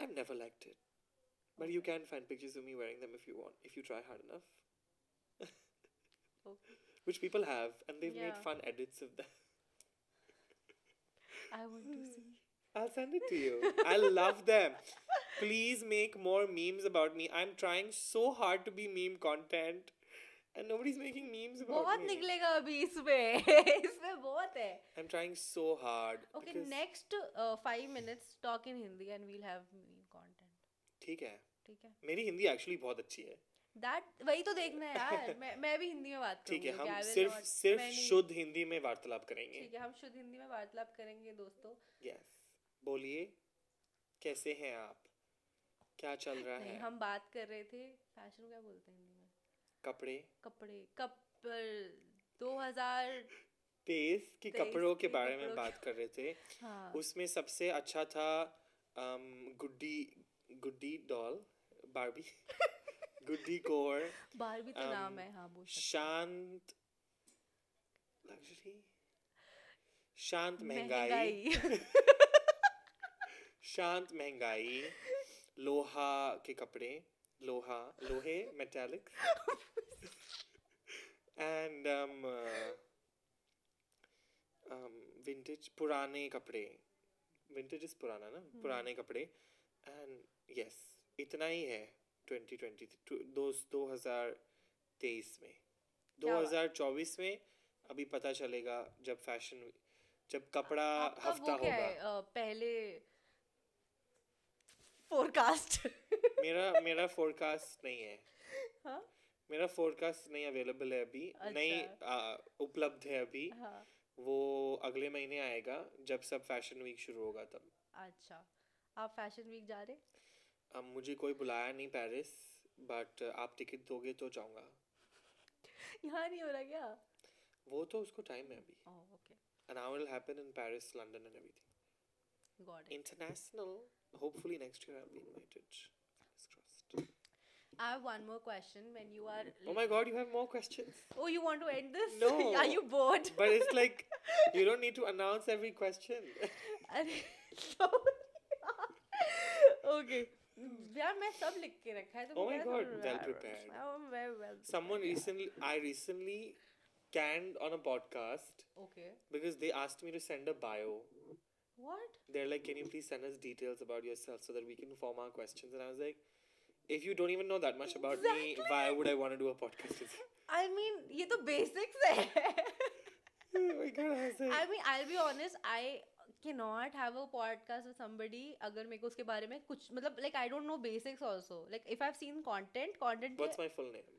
Speaker 1: I've never liked it, but you can find pictures of me wearing them if you want, if you try hard enough.
Speaker 3: Okay.
Speaker 1: [laughs] Which people have, and they've made
Speaker 3: Yeah.
Speaker 1: fun edits of them.
Speaker 3: I want
Speaker 1: Hmm.
Speaker 3: to see.
Speaker 1: I'll send it to you. I love them. Please make more memes about me. I'm trying so hard to be meme content, and nobody's making memes about
Speaker 3: बहुत
Speaker 1: me.
Speaker 3: निकलेगा अभी इसमें [laughs] इसमें बहुत है
Speaker 1: I'm trying so hard.
Speaker 3: okay
Speaker 1: because-
Speaker 3: next uh, five minutes talk in hindi and we'll have meme content
Speaker 1: ठीक है
Speaker 3: ठीक है
Speaker 1: मेरी हिंदी एक्चुअली बहुत अच्छी है
Speaker 3: Oh that वही तो देखना है
Speaker 1: [laughs]
Speaker 3: यार मैं मैं भी हिंदी में बात
Speaker 1: ठीक
Speaker 3: करूंगी
Speaker 1: है
Speaker 3: okay?
Speaker 1: हम
Speaker 3: I will
Speaker 1: सिर्फ
Speaker 3: not-
Speaker 1: सिर्फ
Speaker 3: मैं नहीं-
Speaker 1: शुद्ध हिंदी में वार्तालाप करेंगे
Speaker 3: ठीक है हम शुद्ध हिंदी में वार्तालाप करेंगे दोस्तों
Speaker 1: यस बोलिए कैसे हैं आप क्या चल रहा
Speaker 3: नहीं
Speaker 1: है
Speaker 3: हम बात कर रहे थे फैशन क्या बोलते हैं हिंदी में
Speaker 1: कपड़े
Speaker 3: कपड़े कपल 2000
Speaker 1: पेस की
Speaker 3: तेईस
Speaker 1: कपड़ों के
Speaker 3: के
Speaker 1: बारे में
Speaker 3: कपड़ों
Speaker 1: बात कर रहे थे
Speaker 3: हाँ
Speaker 1: उसमें सबसे अच्छा था um, गुड्डी गुड्डी डॉल बारबी गुड्डी कोर
Speaker 3: बारहवीं तो नाम
Speaker 1: um,
Speaker 3: है हाँ बोल सकते
Speaker 1: शांत लग्जरी शांत
Speaker 3: हैं।
Speaker 1: महंगाई शांत महंगाई लोहा के कपड़े लोहा लोहे metallic and uh, vintage um, पुराने कपड़े विंटेज इज पुराना ना
Speaker 3: Hmm.
Speaker 1: पुराने कपड़े एंड यस इतना ही है ट्वेंटी ट्वेंटी दो दो हजार तेईस में
Speaker 3: क्या
Speaker 1: दो
Speaker 3: बात।
Speaker 1: हजार चौबीस में अभी पता चलेगा जब फैशन जब कपड़ा
Speaker 3: [laughs] आपका
Speaker 1: हफ्ता
Speaker 3: वो क्या
Speaker 1: होगा
Speaker 3: है अ, पहले फोरकास्ट
Speaker 1: मेरा मेरा फोरकास्ट नहीं है
Speaker 3: [laughs] हाँ
Speaker 1: मेरा फोरकास्ट नहीं अवेलेबल है अभी
Speaker 3: अच्छा।
Speaker 1: नहीं आ, उपलब्ध है अभी
Speaker 3: हाँ
Speaker 1: वो अगले महीने आएगा जब सब फैशन वीक शुरू होगा तब
Speaker 3: अच्छा आप फैशन वीक जा रहे
Speaker 1: अब मुझे कोई बुलाया नहीं पेरिस बट आप टिकट दोगे तो जाऊंगा
Speaker 3: यहाँ नहीं हो रहा क्या Oh,
Speaker 1: वो तो उसको टाइम है अभी
Speaker 3: okay
Speaker 1: and I will happen in Paris London and everything
Speaker 3: got
Speaker 1: international hopefully next year I be invited
Speaker 3: I have one more question when you are
Speaker 1: Oh my god, you have more questions.
Speaker 3: oh you want to end this
Speaker 1: No.
Speaker 3: [laughs] are you bored
Speaker 1: But it's like you don't need to announce every question.
Speaker 3: अरे okay यार मैं सब लिख के रखा है तो
Speaker 1: Oh my
Speaker 3: मैं
Speaker 1: God,
Speaker 3: कैसे-
Speaker 1: well prepared.
Speaker 3: I am very well
Speaker 1: Someone recently, I recently canned on a podcast
Speaker 3: okay
Speaker 1: because they asked me to send a bio.
Speaker 3: What
Speaker 1: They're like, can you please send us details about yourself so that we can form our questions? And I was like, if you [laughs] don't even know that much about me, why would I want to do a podcast? with you?"
Speaker 3: I mean ये तो basics
Speaker 1: [laughs]
Speaker 3: है
Speaker 1: Oh my God, I was like,
Speaker 3: I mean I be honest I के not have a podcast with somebody अगर मेरे को उसके बारे में कुछ मतलब like I don't know basics also like if I have seen content content
Speaker 1: what's my full name?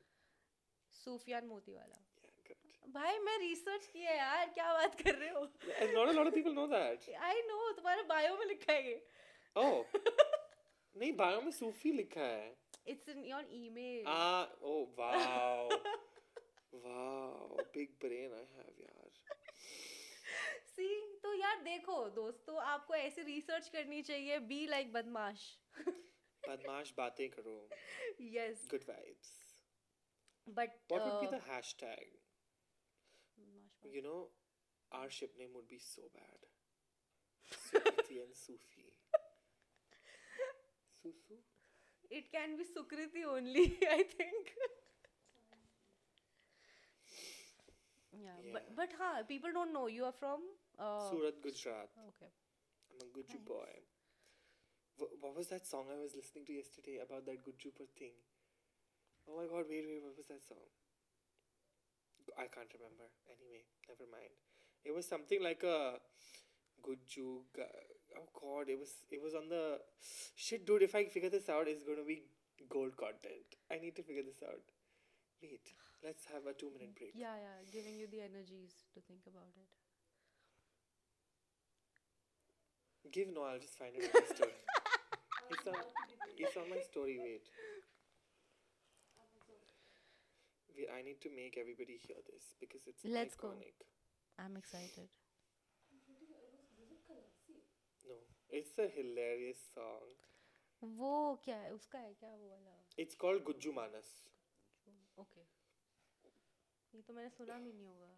Speaker 3: Sufiyan Motiwala
Speaker 1: Yeah, good.
Speaker 3: भाई मैं रिसर्च किया है यार क्या बात कर रहे हो
Speaker 1: And not a lot of people know that.
Speaker 3: I know तुम्हारे बायो में लिखा है ये [laughs]
Speaker 1: Oh. नहीं बायो में सूफी लिखा है
Speaker 3: it's in your email
Speaker 1: Ah, oh wow, wow, big brain I have यार.
Speaker 3: सी तो यार देखो दोस्तों आपको ऐसे रिसर्च करनी चाहिए बी लाइक बदमाश
Speaker 1: बदमाश बातें करो.
Speaker 3: Yes
Speaker 1: Good vibes.
Speaker 3: But
Speaker 1: What would
Speaker 3: uh,
Speaker 1: be the hashtag? You know, our ship name would be so bad. Sufi and Sufi. Susu.
Speaker 3: it can be sukriti only [laughs] i think yeah, but
Speaker 1: Yeah.
Speaker 3: but huh, people don't know you are from uh,
Speaker 1: Surat, Gujarat.
Speaker 3: okay
Speaker 1: I'm a Guju boy. Wh- what was that song I was listening to yesterday about that Gujuper thing? Oh my god, wait, wait, what was that song? G- I can't remember. Anyway, never mind. It was something like a Guju. Ga- oh god, it was it was on the shit, dude. If I figure this out, it's gonna be gold content. I need to figure this out. Wait, let's have a two minute break.
Speaker 3: yeah yeah giving you the energies to think about it
Speaker 1: Give no, I'll just find it on my story. it's, on, it's on my story, wait. We, I need to make everybody hear this because it's
Speaker 3: Let's go.
Speaker 1: iconic.
Speaker 3: i'm excited
Speaker 1: No, it's a hilarious song.
Speaker 3: वो क्या है उसका है क्या वो वाला
Speaker 1: It's called Gujju Manas.
Speaker 3: Okay ये तो मैंने सुना भी नहीं होगा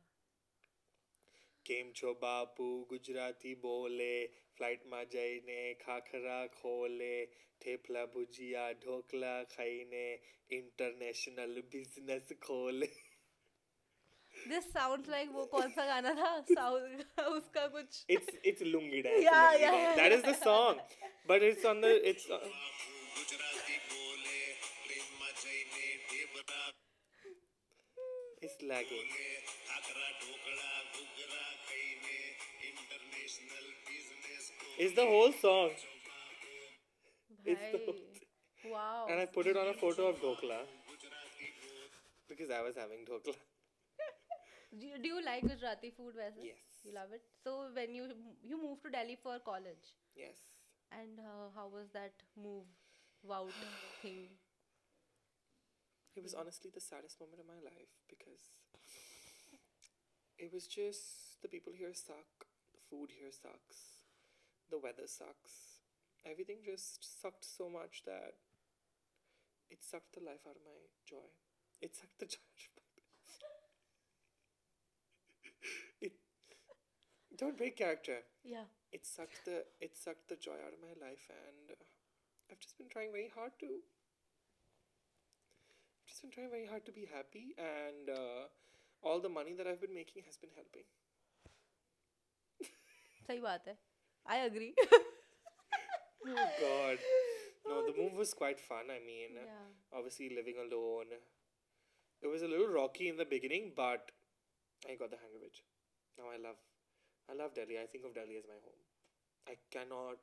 Speaker 1: કેમ છો બાપુ ગુજરાતી બોલે ફ્લાઇટમાં જઈને ખાખરા ખોલે થેપલા ભુજિયા ઢોકલા ખાઈને ઇન્ટરનેશનલ બિઝનેસ ખોલે
Speaker 3: दिस साउंड्स लाइक वो कौन सा गाना था साउथ उसका कुछ
Speaker 1: it's it's lungi dance.
Speaker 3: Yeah,
Speaker 1: lungi
Speaker 3: yeah,
Speaker 1: dance.
Speaker 3: yeah,
Speaker 1: That is the song, but it's on the it's. uh, on-
Speaker 4: Gujarati બોલે ટ્રેનમાં જઈને ઢેબરા
Speaker 1: it's lagging.
Speaker 4: બોલે ખાખરા ઢોકળા ઘૂઘરા ખાઈને international business
Speaker 1: It's the whole song, It's the-
Speaker 3: भाई wow
Speaker 1: and I put it on a photo of Dhokla
Speaker 4: Gujarati બોલે
Speaker 1: because I was having Dhokla.
Speaker 3: Do you, do you like Gujarati food, Vaisa?
Speaker 1: Yes.
Speaker 3: You love it. So when you you moved to Delhi for college,
Speaker 1: Yes,
Speaker 3: and uh, how was that move, out thing?
Speaker 1: it was honestly the saddest moment of my life because it was just the people here suck, the food here sucks, the weather sucks, everything just sucked so much that it sucked the life out of my joy. It sucked the [laughs] joy out of my [laughs] it don't break character.
Speaker 3: Yeah.
Speaker 1: It sucked the it sucked the joy out of my life, and uh, I've just been trying very hard to. Just been trying very hard to be happy, and uh, all the money that I've been making has been helping.
Speaker 3: सही बात है. I agree.
Speaker 1: [laughs] Oh God! Oh, No, the move was quite fun. I mean,
Speaker 3: yeah.
Speaker 1: obviously living alone, it was a little rocky in the beginning, but I got the hang of it. Now I love, I love Delhi. I think of Delhi as my home. I cannot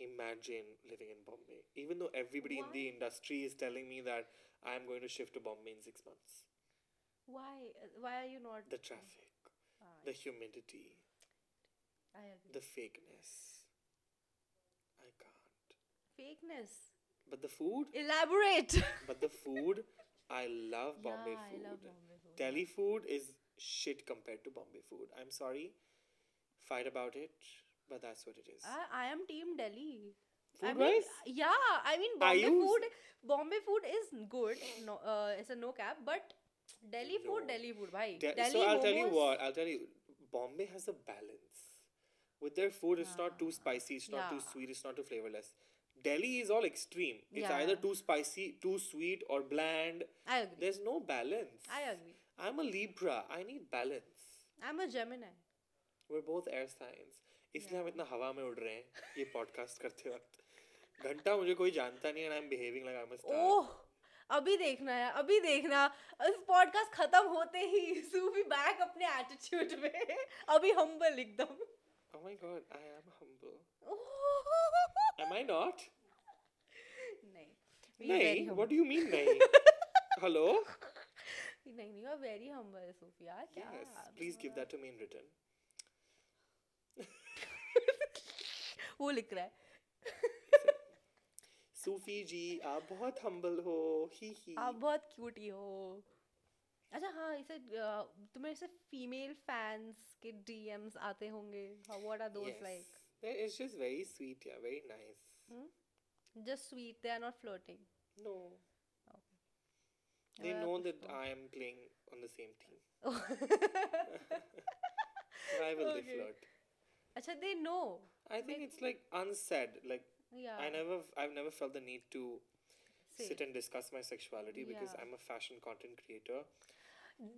Speaker 1: imagine living in Bombay, even though everybody in the industry is telling me that I am going to shift to Bombay in six months.
Speaker 3: Why? Why are you not?
Speaker 1: The traffic,
Speaker 3: Ah,
Speaker 1: the humidity,
Speaker 3: I agree.
Speaker 1: the fakeness. I can't.
Speaker 3: Fakeness.
Speaker 1: But the food.
Speaker 3: Elaborate.
Speaker 1: But the food, I love Bombay
Speaker 3: yeah,
Speaker 1: food.
Speaker 3: I love Bombay food.
Speaker 1: Delhi food is shit compared to Bombay food. I'm sorry, fight about it, but that's what it is.
Speaker 3: I, I am team Delhi. Uh, I
Speaker 1: Food
Speaker 3: mean,
Speaker 1: wise?
Speaker 3: yeah, I mean
Speaker 1: Are
Speaker 3: Bombay
Speaker 1: you s-
Speaker 3: food. Bombay food is good. No, uh, it's a no cap, but Delhi
Speaker 1: No.
Speaker 3: food, Delhi food, bhai.
Speaker 1: De-
Speaker 3: uh, Delhi
Speaker 1: so I'll tell you
Speaker 3: momos-
Speaker 1: what. I'll tell you. Bombay has a balance with their food. It's not too spicy. It's not too
Speaker 3: Ah. yeah.
Speaker 1: sweet. It's not too flavorless. Delhi is all extreme. It's
Speaker 3: Yeah.
Speaker 1: either too spicy, too sweet, or bland.
Speaker 3: I agree.
Speaker 1: There's no balance.
Speaker 3: I agree.
Speaker 1: I'm a Libra. I need balance.
Speaker 3: I'm a Gemini.
Speaker 1: we're both air signs इसलिए हम इतना हवा में उड़ रहे हैं ये podcast करते वक्त घंटा मुझे कोई जानता नहीं and I am behaving like I am
Speaker 3: Oh, अभी देखना है अभी देखना इस पॉडकास्ट खत्म होते ही सूफी बैक अपने एटीट्यूड में अभी हम्बल एकदम
Speaker 1: Oh my god, I am humble. Am I not?
Speaker 3: नहीं we are very
Speaker 1: Nay, what do you
Speaker 3: [laughs]
Speaker 1: mean, nay? Hello?
Speaker 3: humble. नहीं नहीं वेरी हम्बल सूफी यार क्या
Speaker 1: Yes, please give that to me in written.
Speaker 3: वो लिख रहा है
Speaker 1: Sufi ji, आप बहुत humble हो. He he.
Speaker 3: आप बहुत क्यूट ही हो अच्छा हाँ इसे अ, तुम्हें इसे फीमेल फैंस के डीएम्स आते होंगे what are those like
Speaker 1: That is just very sweet, yeah, very nice.
Speaker 3: just sweet they are not
Speaker 1: [laughs]
Speaker 3: flirting
Speaker 1: No. They
Speaker 3: Well,
Speaker 1: know that I am playing on the same team. Why will they
Speaker 3: Okay.
Speaker 1: flirt?
Speaker 3: अच्छा they know
Speaker 1: I think it's like unsaid. Like
Speaker 3: yeah
Speaker 1: I never, I've never felt the need to
Speaker 3: Say
Speaker 1: sit and discuss my sexuality because
Speaker 3: Yeah.
Speaker 1: I'm a fashion content creator.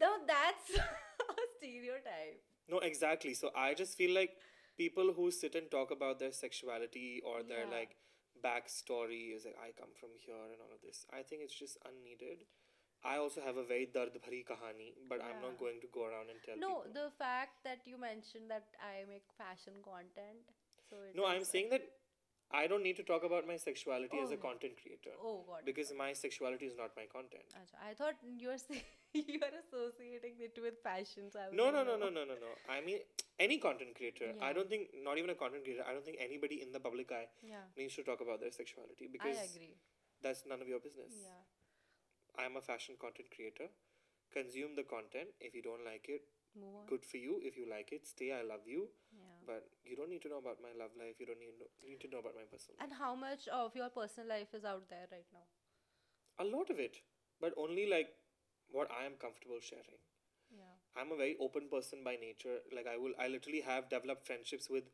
Speaker 3: no that's [laughs] a stereotype
Speaker 1: No, exactly. So I just feel like people who sit and talk about their sexuality or their
Speaker 3: Yeah.
Speaker 1: like backstory is like I come from here and all of this. I think it's just unneeded. I also have a very dard bhari kahani, but I'm not
Speaker 3: Yeah.
Speaker 1: going to go around and tell
Speaker 3: no
Speaker 1: people.
Speaker 3: the fact that you mentioned that I make fashion content so it
Speaker 1: no, I'm
Speaker 3: is-
Speaker 1: saying that I don't need to talk about my sexuality as a
Speaker 3: Oh.
Speaker 1: content creator
Speaker 3: oh god
Speaker 1: because my sexuality is not my content.
Speaker 3: अच्छा I thought you're [laughs] saying you're associating it with fashion so I was
Speaker 1: No,
Speaker 3: like,
Speaker 1: no, no, no, no, no, no. I mean, any content creator. I
Speaker 3: Yeah.
Speaker 1: don't think, not even a content creator. I don't think anybody in the public eye
Speaker 3: yeah
Speaker 1: needs to talk about their sexuality
Speaker 3: I
Speaker 1: because
Speaker 3: agree
Speaker 1: that's none of your business.
Speaker 3: yeah
Speaker 1: I'm a fashion content creator. Consume the content. If you don't like it,
Speaker 3: move on
Speaker 1: good for you. If you like it, stay. I love you.
Speaker 3: yeah
Speaker 1: But you don't need to know about my love life. You don't need, to need to know about my personal life.
Speaker 3: and how much of your personal life is out there right now
Speaker 1: A lot of it, but only like what I am comfortable sharing.
Speaker 3: yeah
Speaker 1: I'm a very open person by nature. Like I will, I literally have developed friendships with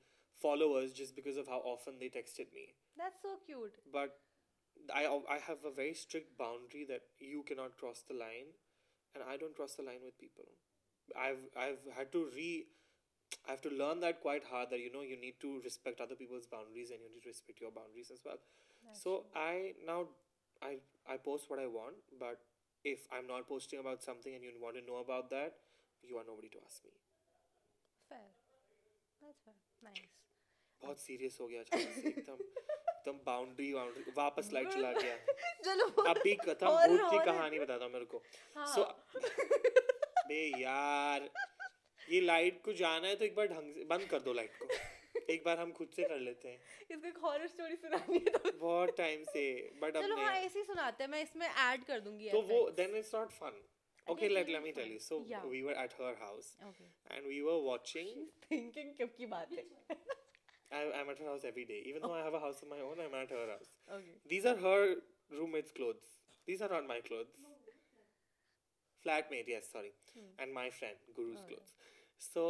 Speaker 1: followers just because of how often they texted me.
Speaker 3: that's so cute
Speaker 1: But I, al- I have a very strict boundary that you cannot cross the line, and I don't cross the line with people. I've I've had to re, I have to learn that quite hard. That you know you need to respect other people's boundaries and you need to respect your boundaries as well. So I now I I post what I want, but if I'm not posting about something and you want to know about that, you are nobody to ask me.
Speaker 3: Fair. That's fair. Nice.
Speaker 1: बहुत serious हो गया अचानक से एकदम एकदम boundary boundary वापस light चला गया
Speaker 3: [laughs] चलो वो-
Speaker 1: अभी कथा
Speaker 3: और-
Speaker 1: भूत की
Speaker 3: और-
Speaker 1: कहानी बताता हूँ मेरे को
Speaker 3: हाँ।
Speaker 1: सो बे यार ये लाइट को जाना है तो एक बार ढंग से बंद कर दो लाइट को एक बार हम खुद से कर लेते हैं
Speaker 3: इसको एक हॉरर स्टोरी सुनानी है तो
Speaker 1: बहुत टाइम से बट
Speaker 3: चलो हाँ
Speaker 1: अपने
Speaker 3: ऐसे ही सुनाते हैं मैं इसमें ऐड कर दूंगी
Speaker 1: तो वो
Speaker 3: effects.
Speaker 1: then it's not fun okay
Speaker 3: it's
Speaker 1: let
Speaker 3: really
Speaker 1: let me tell
Speaker 3: fun.
Speaker 1: you so
Speaker 3: Yeah.
Speaker 1: we were at her house [laughs]
Speaker 3: Okay.
Speaker 1: and we were watching
Speaker 3: Thinking कब की बात है
Speaker 1: I, I'm at her house every day even though I have a house of my own I'm at her house
Speaker 3: Okay.
Speaker 1: These are her roommate's clothes. These are not my clothes. Flatmate, yes, sorry. And my friend, Guru's clothes. So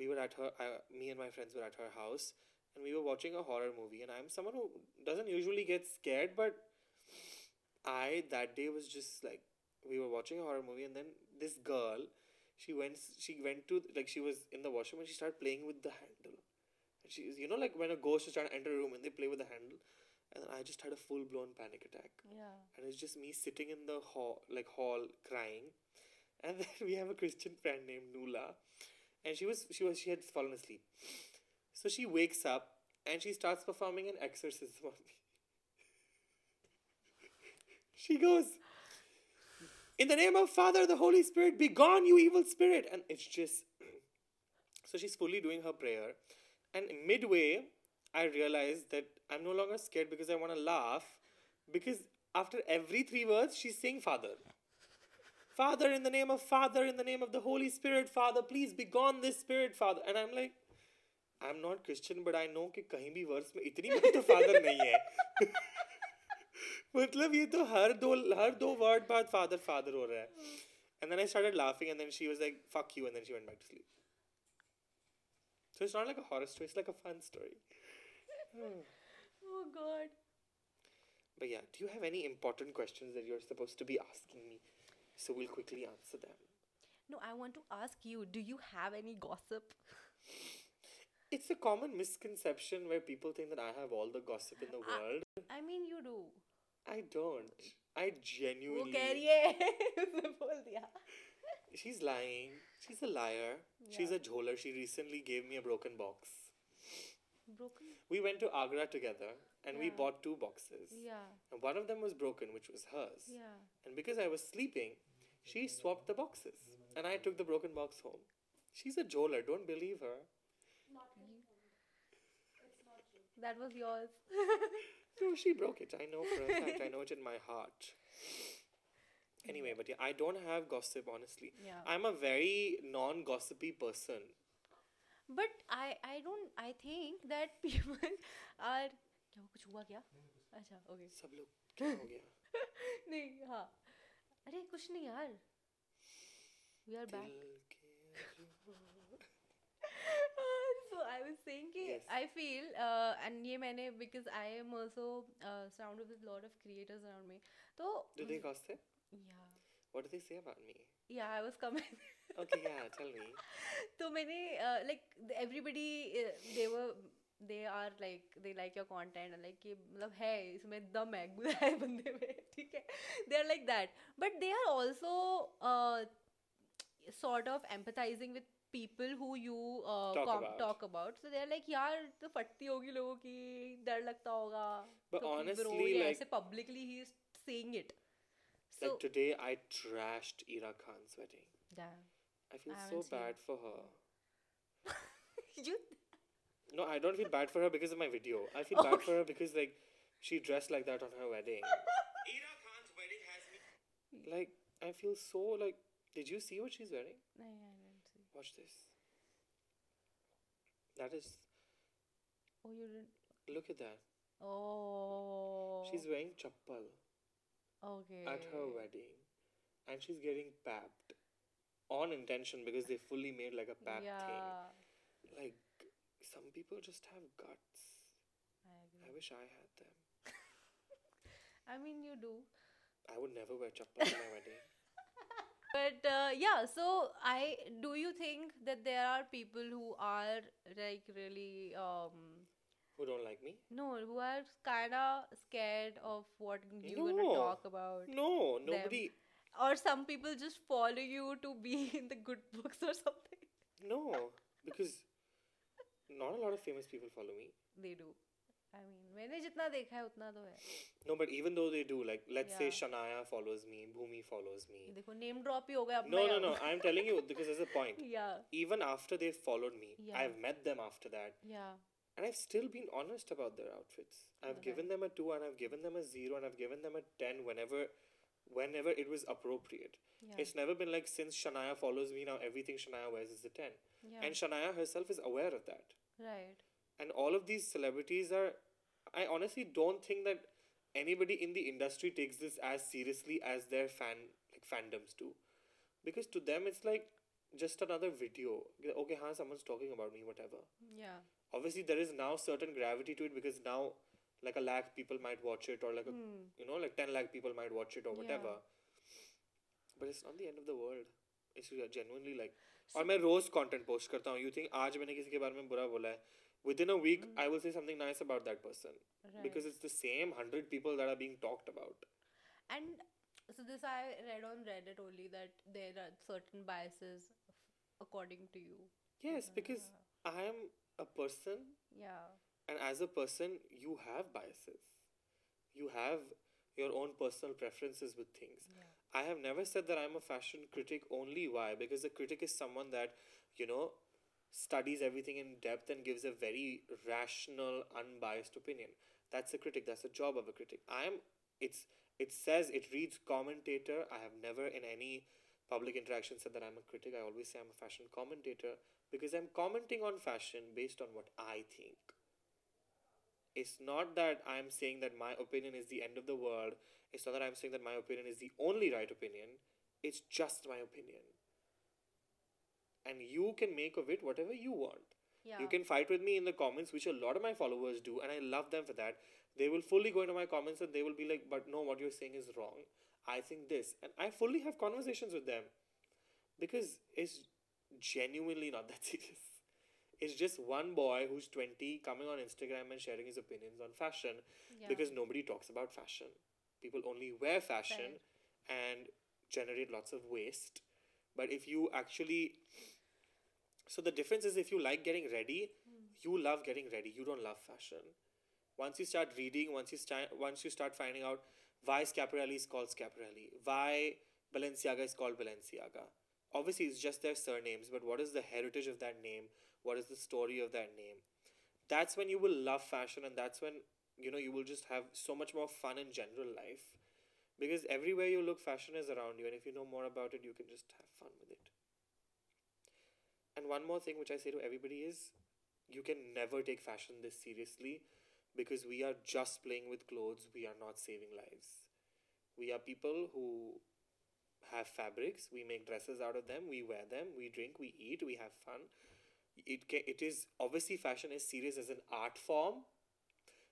Speaker 1: we were at her, I, me and my friends were at her house and we were watching a horror movie. And I'm someone who doesn't usually get scared, but I, that day was just like, we were watching a horror movie and then this girl, she went, she went to, like, she was in the washroom and she started playing with the handle. And she, you know, like when a ghost is trying to enter a room and they play with the handle. And I just had a full blown panic attack.
Speaker 3: Yeah.
Speaker 1: And it's just me sitting in the hall, like hall, crying. And [laughs] then we have a Christian friend named Nula, and she was she was she had fallen asleep. So she wakes up and she starts performing an exorcism on me. [laughs] she goes, "In the name of Father, the Holy Spirit, be gone, you evil spirit!" And it's just [clears throat] so she's fully doing her prayer, and midway, I realize that I'm no longer scared because I want to laugh, because after every three words, she's saying Father. Father, in the name of Father, in the name of the Holy Spirit, Father, please be gone this spirit, Father. And I'm like, I'm not Christian, but I know कि कहीं भी verse में इतनी बार तो father नहीं है मतलब ये तो हर दो हर दो वर्ड बाद फादर फादर हो रहा है and then I started laughing and then she was like fuck you and then she went back to sleep so it's not like a horror story it's like a fun story
Speaker 3: Oh God.
Speaker 1: But yeah, do you have any important questions that you're supposed to be asking me? So we'll quickly answer them.
Speaker 3: No, I want to ask you. Do you have any gossip?
Speaker 1: It's a
Speaker 3: Ah.
Speaker 1: common misconception where people think that I have all the gossip in the world.
Speaker 3: I mean, you do.
Speaker 1: I don't. I
Speaker 3: वो
Speaker 1: genuinely.
Speaker 3: कह रही है [laughs] उसने बोल दिया
Speaker 1: She's lying. She's a liar. She's a jholer. She recently gave me a broken box.
Speaker 3: broken
Speaker 1: We went to Agra together and we
Speaker 3: Yeah.
Speaker 1: bought two boxes.
Speaker 3: yeah
Speaker 1: And one of them was broken, which was hers.
Speaker 3: yeah
Speaker 1: And because I was sleeping, she swapped the boxes. And I took the broken box home. She's a jholer. Don't believe her.
Speaker 2: Not confirmed. It's not true.
Speaker 3: that was yours
Speaker 1: No, she broke it. I know for a fact. I know it in my heart. Anyway, but yeah, I don't have gossip, honestly.
Speaker 3: Yeah.
Speaker 1: I'm a very non gossipy person.
Speaker 3: [laughs] but I I don't I think that [laughs] people are क्या हुआ? कुछ हुआ क्या अच्छा okay
Speaker 1: सब लोग क्या हो
Speaker 3: [laughs]
Speaker 1: गया?
Speaker 3: नहीं हाँ अरे कुछ नहीं यार वी आर बैक
Speaker 1: दिल के जुआ।
Speaker 3: [laughs] so I was saying कि
Speaker 1: Yes.
Speaker 3: I feel uh, and ये मैंने because I am also uh, surrounded with lot of creators around me तो
Speaker 1: Do they gossip?
Speaker 3: yeah
Speaker 1: What do they say about me?
Speaker 3: yeah I was coming
Speaker 1: Okay, yeah, tell me.
Speaker 3: तो मैंने uh, like the- everybody uh, they were they are like they like your content and like ये मतलब है इसमें दम है गुदा है बंदे में [laughs] ठीक है they are like that but they are also uh, sort of empathizing with people who you uh,
Speaker 1: Talk
Speaker 3: com-
Speaker 1: about.
Speaker 3: talk about so they're like यार तो फटती होगी लोगों की डर लगता होगा
Speaker 1: But
Speaker 3: तो कि bro,
Speaker 1: honestly,
Speaker 3: ये
Speaker 1: like,
Speaker 3: ऐसे publicly he is saying it so
Speaker 1: like today I trashed Ira Khan's wedding.
Speaker 3: damn
Speaker 1: I feel
Speaker 3: I
Speaker 1: so
Speaker 3: haven't seen
Speaker 1: bad for her.
Speaker 3: you
Speaker 1: No, I don't feel bad for her because of my video. I
Speaker 3: [laughs] Oh
Speaker 1: feel bad for her because like she dressed like that on her wedding.
Speaker 4: Ira Khan's wedding has been
Speaker 1: Like I feel so like did you see what she's wearing?
Speaker 3: नहीं I didn't see
Speaker 1: Watch this. That is
Speaker 3: oh you didn't
Speaker 1: look at that.
Speaker 3: Oh.
Speaker 1: She's wearing chappal
Speaker 3: okay.
Speaker 1: at her wedding. And she's getting papped. On intention because they fully made like a pap thing.
Speaker 3: Yeah,
Speaker 1: like some people just have guts
Speaker 3: I
Speaker 1: i
Speaker 3: agree.
Speaker 1: wish i had them
Speaker 3: I mean, you do.
Speaker 1: i would never wear chappal to my
Speaker 3: [laughs]
Speaker 1: wedding
Speaker 3: But uh, yeah, so I do you think that there are people who are like really um
Speaker 1: who don't like me
Speaker 3: no who are kinda scared of what you're
Speaker 1: No.
Speaker 3: gonna talk about
Speaker 1: no nobody
Speaker 3: or some people just follow you to be [laughs] in the good books or something.
Speaker 1: no because not a lot of famous people follow me
Speaker 3: They do. I mean, मैंने जितना देखा है उतना तो है.
Speaker 1: no but even though they do like let's say
Speaker 3: Yeah.
Speaker 1: shania follows me bhumi follows me
Speaker 3: देखो name drop ही हो गया अपना
Speaker 1: no no
Speaker 3: यार.
Speaker 1: no i'm telling you because there's a
Speaker 3: [laughs]
Speaker 1: point
Speaker 3: yeah,
Speaker 1: even after they followed me
Speaker 3: Yeah.
Speaker 1: i've met them after that
Speaker 3: yeah.
Speaker 1: and i've still been honest about their outfits i've
Speaker 3: Right.
Speaker 1: given them a 2 and i've given them a 0 and i've given them a 10 whenever whenever it was appropriate
Speaker 3: Yeah.
Speaker 1: It's never been like since Shania follows me now, everything Shania wears is a 10.
Speaker 3: Yeah.
Speaker 1: And Shania herself is aware of that.
Speaker 3: right.
Speaker 1: And all of these celebrities are. I honestly don't think that anybody in the industry takes this as seriously as their fan like fandoms do. Because to them, it's like just another video. Okay, huh, someone's talking about me, whatever.
Speaker 3: Yeah.
Speaker 1: Obviously, there is now certain gravity to it because now, like a lakh people might watch it, or like a,
Speaker 3: Hmm,
Speaker 1: you know, like 10 lakh people might watch it, or
Speaker 3: Yeah.
Speaker 1: whatever. But it's not the end of the world. It's genuinely like. और मैं रोज content post करता हूँ you think आज मैंने किसी के बारे में बुरा बोला है with in a week I will say something nice about that person because it's the same hundred people that are being talked about
Speaker 3: And so this I read on Reddit only that there are certain biases f- according to you. Uh,
Speaker 1: yes
Speaker 3: Uh-huh.
Speaker 1: Because I am a person
Speaker 3: Yeah.
Speaker 1: and as a person you have biases you have your own personal preferences with things i have never said that i'm a fashion critic only why because a critic is someone that you know studies everything in depth and gives a very rational unbiased opinion that's a critic that's the job of a critic i am it's it says it reads commentator i have never in any public interaction said that i'm a critic i always say i'm a fashion commentator because i'm commenting on fashion based on what i think it's not that I'm saying that my opinion is the end of the world. It's not that I'm saying that my opinion is the only right opinion. It's just my opinion. And you can make of it whatever you want.
Speaker 3: Yeah.
Speaker 1: You can fight with me in the comments, which a lot of my followers do, and I love them for that. They will fully go into my comments and they will be like, but no, what you're saying is wrong. I think this. And I fully have conversations with them because it's genuinely not that [laughs] serious. It's just one boy who's 20 coming on Instagram and sharing his opinions on fashion
Speaker 3: Yeah.
Speaker 1: because nobody talks about fashion. people only wear fashion and generate lots of waste. But if you actually, so the difference is if you like getting ready, you love getting ready. You don't love fashion. Once you start reading, once you start, once you start finding out why Scaparelli is called Scaparelli, why Balenciaga is called Balenciaga. Obviously, it's just their surnames, but what is the heritage of that name? What is the story of that name? That's when you will love fashion, and that's when you know you will just have so much more fun in general life because everywhere you look fashion is around you and if you know more about it you can just have fun with it and one more thing which i say to everybody is you can never take fashion this seriously because we are just playing with clothes we are not saving lives we are people who have fabrics we make dresses out of them we wear them we drink we eat we have fun it ca- it is obviously fashion is serious as an art form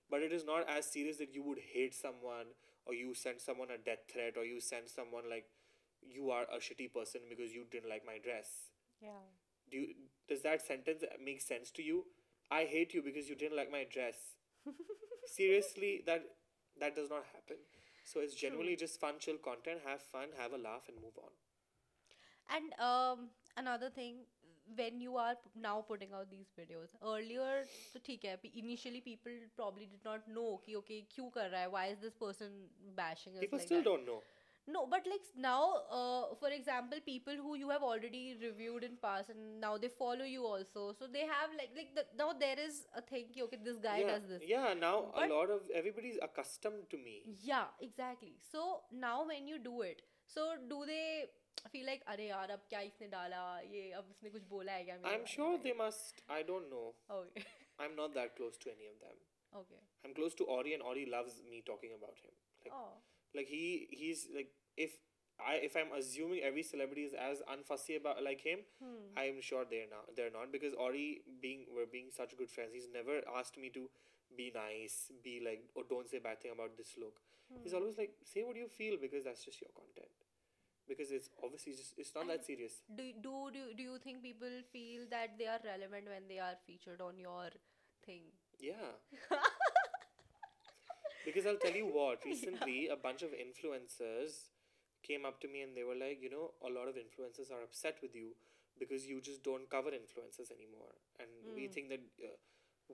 Speaker 1: but it is not as serious that you would hate someone or you send someone a death threat or you send someone like you are a shitty person because you didn't like my dress
Speaker 3: Yeah.
Speaker 1: do you, does that sentence make sense to you i hate you because you didn't like my
Speaker 3: [laughs]
Speaker 1: dress seriously that that does not happen so it's generally just fun chill content have fun have a laugh and move on
Speaker 3: And um, another thing, when you are p- now putting out these videos, earlier तो ठीक है, pe- initially people probably did not know कि okay क्यों कर रहा है, why is this person bashing us
Speaker 1: people
Speaker 3: like
Speaker 1: still
Speaker 3: that?
Speaker 1: don't know
Speaker 3: No, but like now, uh, for example, people who you have already reviewed in past and now they follow you also, so they have like like the, now there is a thing कि okay this guy
Speaker 1: yeah,
Speaker 3: does this.
Speaker 1: yeah now
Speaker 3: But-
Speaker 1: a lot of everybody's accustomed to me
Speaker 3: Yeah, exactly. So now when you do it, so do they feel like अरे यार अब क्या इसने डाला ये अब इसने कुछ बोला है क्या मेरे
Speaker 1: i'm
Speaker 3: बारे
Speaker 1: sure
Speaker 3: में?"
Speaker 1: they must i don't know
Speaker 3: Okay.
Speaker 1: i'm not that close to any of them
Speaker 3: Oh, [laughs] okay.
Speaker 1: I'm close to Ori, and Ori loves me talking about him. Like,
Speaker 3: Oh.
Speaker 1: like he he's like if I if I'm assuming every celebrity is as unfussy about like him,
Speaker 3: Hmm.
Speaker 1: I'm sure they're not. They're not because Ori being we're being such good friends. He's never asked me to be nice, be like, oh, don't say bad thing about this look. He's always like, say what you feel because that's just your content. Because it's obviously just it's not that
Speaker 3: And-
Speaker 1: serious.
Speaker 3: Do y- do do do you think people feel that they are relevant when they are featured on your thing?
Speaker 1: Yeah. Because I'll tell you what, recently a bunch of influencers came up to me and they were like, you know, a lot of influencers are upset with you because you just don't cover influencers anymore. And we think that uh,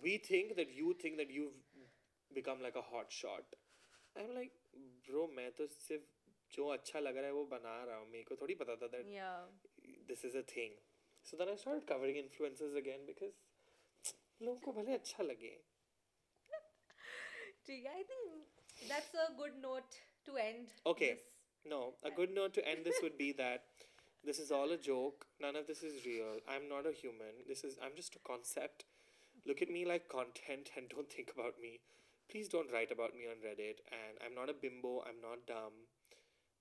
Speaker 1: we think that you think that you've become like a hot shot. I'm like, bro, मैं तो सिर्फ जो अच्छा लग रहा है वो बना रहा हूँ मेरे को थोड़ी पता था that
Speaker 3: Yeah.
Speaker 1: this is a thing. So then I started covering influencers again because लोगों को भले अच्छा लगे
Speaker 3: ठीक है, I think that's a good note to end.
Speaker 1: Okay.
Speaker 3: this.
Speaker 1: No, a good note to end this would be that this is all a joke. None of this is real. I'm not a human. This is I'm just a concept. Look at me like content and don't think about me. Please don't write about me on Reddit. And I'm not a bimbo. I'm not dumb.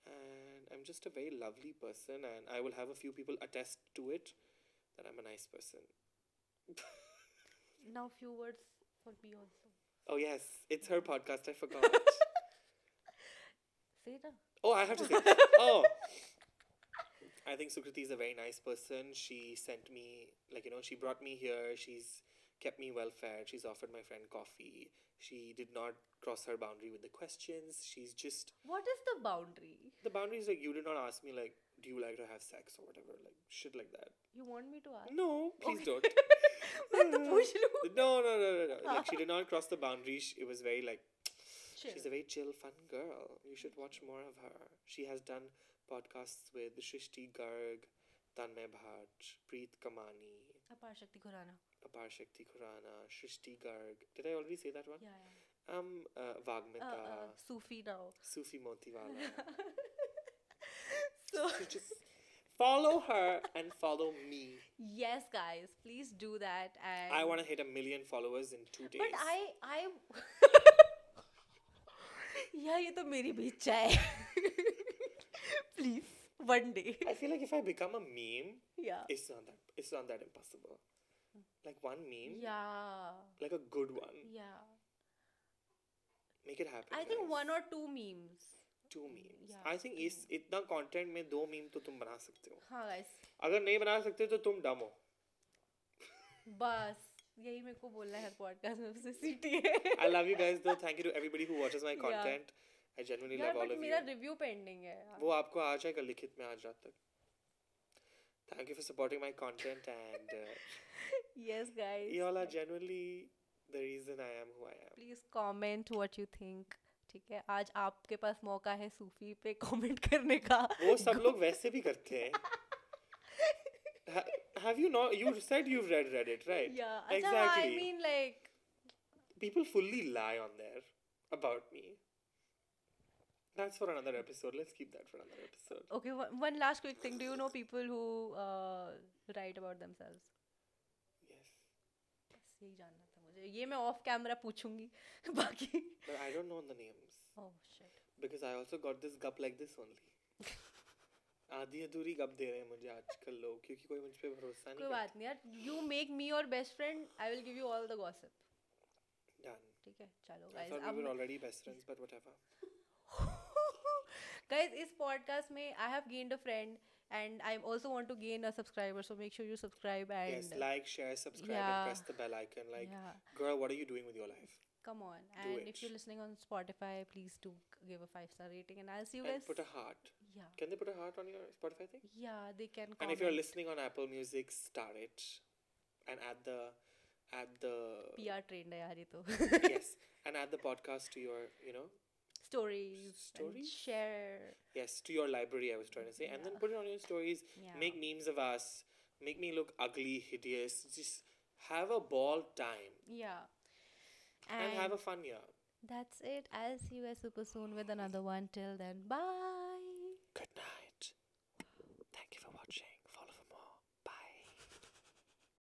Speaker 1: And I'm just a very lovely person. And I will have a few people attest to it that I'm a nice person.
Speaker 3: Now few words for me also.
Speaker 1: Oh yes, it's her podcast. I forgot.
Speaker 3: Say it.
Speaker 1: Oh, I have to say. oh, I think Sukriti is a very nice person. She sent me, like you know, she brought me here. She's kept me well fed. She's offered my friend coffee. She did not cross her boundary with the questions. She's just
Speaker 3: What is the boundary?
Speaker 1: the boundaries like you did not ask me like, do you like to have sex or whatever, like shit like that.
Speaker 3: You want me to ask?
Speaker 1: No, please
Speaker 3: Okay.
Speaker 1: don't.
Speaker 3: मैं
Speaker 1: [laughs]
Speaker 3: [laughs] तो पूछ लूं।
Speaker 1: No, no, no, no, no. Like she did not cross the boundary. She, it was very like She's a
Speaker 3: Chill.
Speaker 1: very chill, fun girl. You should watch more of her. She has done podcasts with Shrishti Garg, Tanmay Bhatt, Preet Kamani,
Speaker 3: अपार शक्ति Khurana.
Speaker 1: Apar Shakti Khurana, Shrishti Garg. Did I already say that one?
Speaker 3: Yeah. yeah.
Speaker 1: Um, uh,
Speaker 3: Uh,
Speaker 1: Vagmita,
Speaker 3: uh, Sufi now.
Speaker 1: Sufi Motiwala.
Speaker 3: [laughs]
Speaker 1: [laughs]
Speaker 3: so.
Speaker 1: So just follow her and follow me.
Speaker 3: [laughs] [laughs] Yes, guys, please do that. And
Speaker 1: I want to hit a million followers in two days.
Speaker 3: But I, I. [laughs] yeah, ये तो मेरी बीच है. [laughs] Please, one day.
Speaker 1: I feel like if I become a meme,
Speaker 3: Yeah.
Speaker 1: it's not that it's not that impossible. Like one meme,
Speaker 3: Hmm. Yeah.
Speaker 1: like a good one,
Speaker 3: Yeah.
Speaker 1: make it happen.
Speaker 3: I think
Speaker 1: guys.
Speaker 3: one or two memes.
Speaker 1: Two memes
Speaker 3: Yeah, Mm.
Speaker 1: I think इस इतना content में दो meme तो तुम बना सकते हो
Speaker 3: हाँ guys.
Speaker 1: अगर नहीं बना सकते तो तुम डम हो
Speaker 3: बस यही मेरे को बोलना है पॉडकास्ट में सबसे सीटी है.
Speaker 1: I love you guys though thank you to everybody who watches my
Speaker 3: Yeah.
Speaker 1: Content I genuinely
Speaker 3: यार
Speaker 1: love all
Speaker 3: बट
Speaker 1: of
Speaker 3: मेरा
Speaker 1: you.
Speaker 3: रिव्यू पेंडिंग है
Speaker 1: वो आपको आ जाएगा लिखित में आज रात तक thank you for supporting my content and
Speaker 3: [laughs] yes
Speaker 1: you all are
Speaker 3: guys
Speaker 1: genuinely the reason I am who I am
Speaker 3: please comment what you think ठीक है आज आपके पास मौका है सूफी पे कमेंट करने का
Speaker 1: वो
Speaker 3: [laughs]
Speaker 1: सब लोग वैसे भी करते हैं have you not you said you read Reddit right
Speaker 3: या अच्छा I mean like
Speaker 1: people fully lie on there about me. That's for another episode. Let's keep that for another episode.
Speaker 3: Okay, one, one last quick thing. Do you know people who uh, write about themselves?
Speaker 1: Yes.
Speaker 3: बस यही जानना था मुझे ये मैं of camera पूछूंगी [laughs] बाकी
Speaker 1: But I don't know the names
Speaker 3: oh shit
Speaker 1: because I also got this gup like this only.
Speaker 3: [laughs]
Speaker 1: आधी अधूरी गप दे रहे हैं मुझे आजकल लोग क्योंकि कोई मुझ पे भरोसा
Speaker 3: कोई
Speaker 1: नहीं
Speaker 3: बात नहीं यार you make me your best friend I will give you all the gossip
Speaker 1: done
Speaker 3: ठीक है चलो
Speaker 1: आई
Speaker 3: गाइस
Speaker 1: थॉट वी वर
Speaker 3: [laughs] अब
Speaker 1: already best friends but whatever
Speaker 3: guys इस पॉडकास्ट में I have gained a friend and I also want to gain a subscriber so make sure you subscribe
Speaker 1: yes
Speaker 3: and
Speaker 1: like share subscribe
Speaker 3: Yeah.
Speaker 1: And press the bell icon like
Speaker 3: Yeah.
Speaker 1: Girl what are you doing with your life
Speaker 3: come on
Speaker 1: Do
Speaker 3: and if
Speaker 1: it.
Speaker 3: you're listening on Spotify please do give a five star rating and I'll see you guys
Speaker 1: and put a heart
Speaker 3: yeah
Speaker 1: can they put a heart on your Spotify thing
Speaker 3: yeah they can comment.
Speaker 1: And if you're listening on Apple Music, start it. And add the add the
Speaker 3: PR trained है यार ये
Speaker 1: [laughs]
Speaker 3: तो
Speaker 1: yes. And add the podcast to your, you know
Speaker 3: stories and
Speaker 1: Stories?
Speaker 3: share
Speaker 1: yes, to your library I was trying to say. And then put it on your stories.
Speaker 3: Yeah.
Speaker 1: Make memes of us. Make me look ugly, hideous. Just have a ball time.
Speaker 3: yeah
Speaker 1: And,
Speaker 3: and,
Speaker 1: have a fun year.
Speaker 3: that's it I'll see you guys super soon with another one till then bye
Speaker 1: Good night.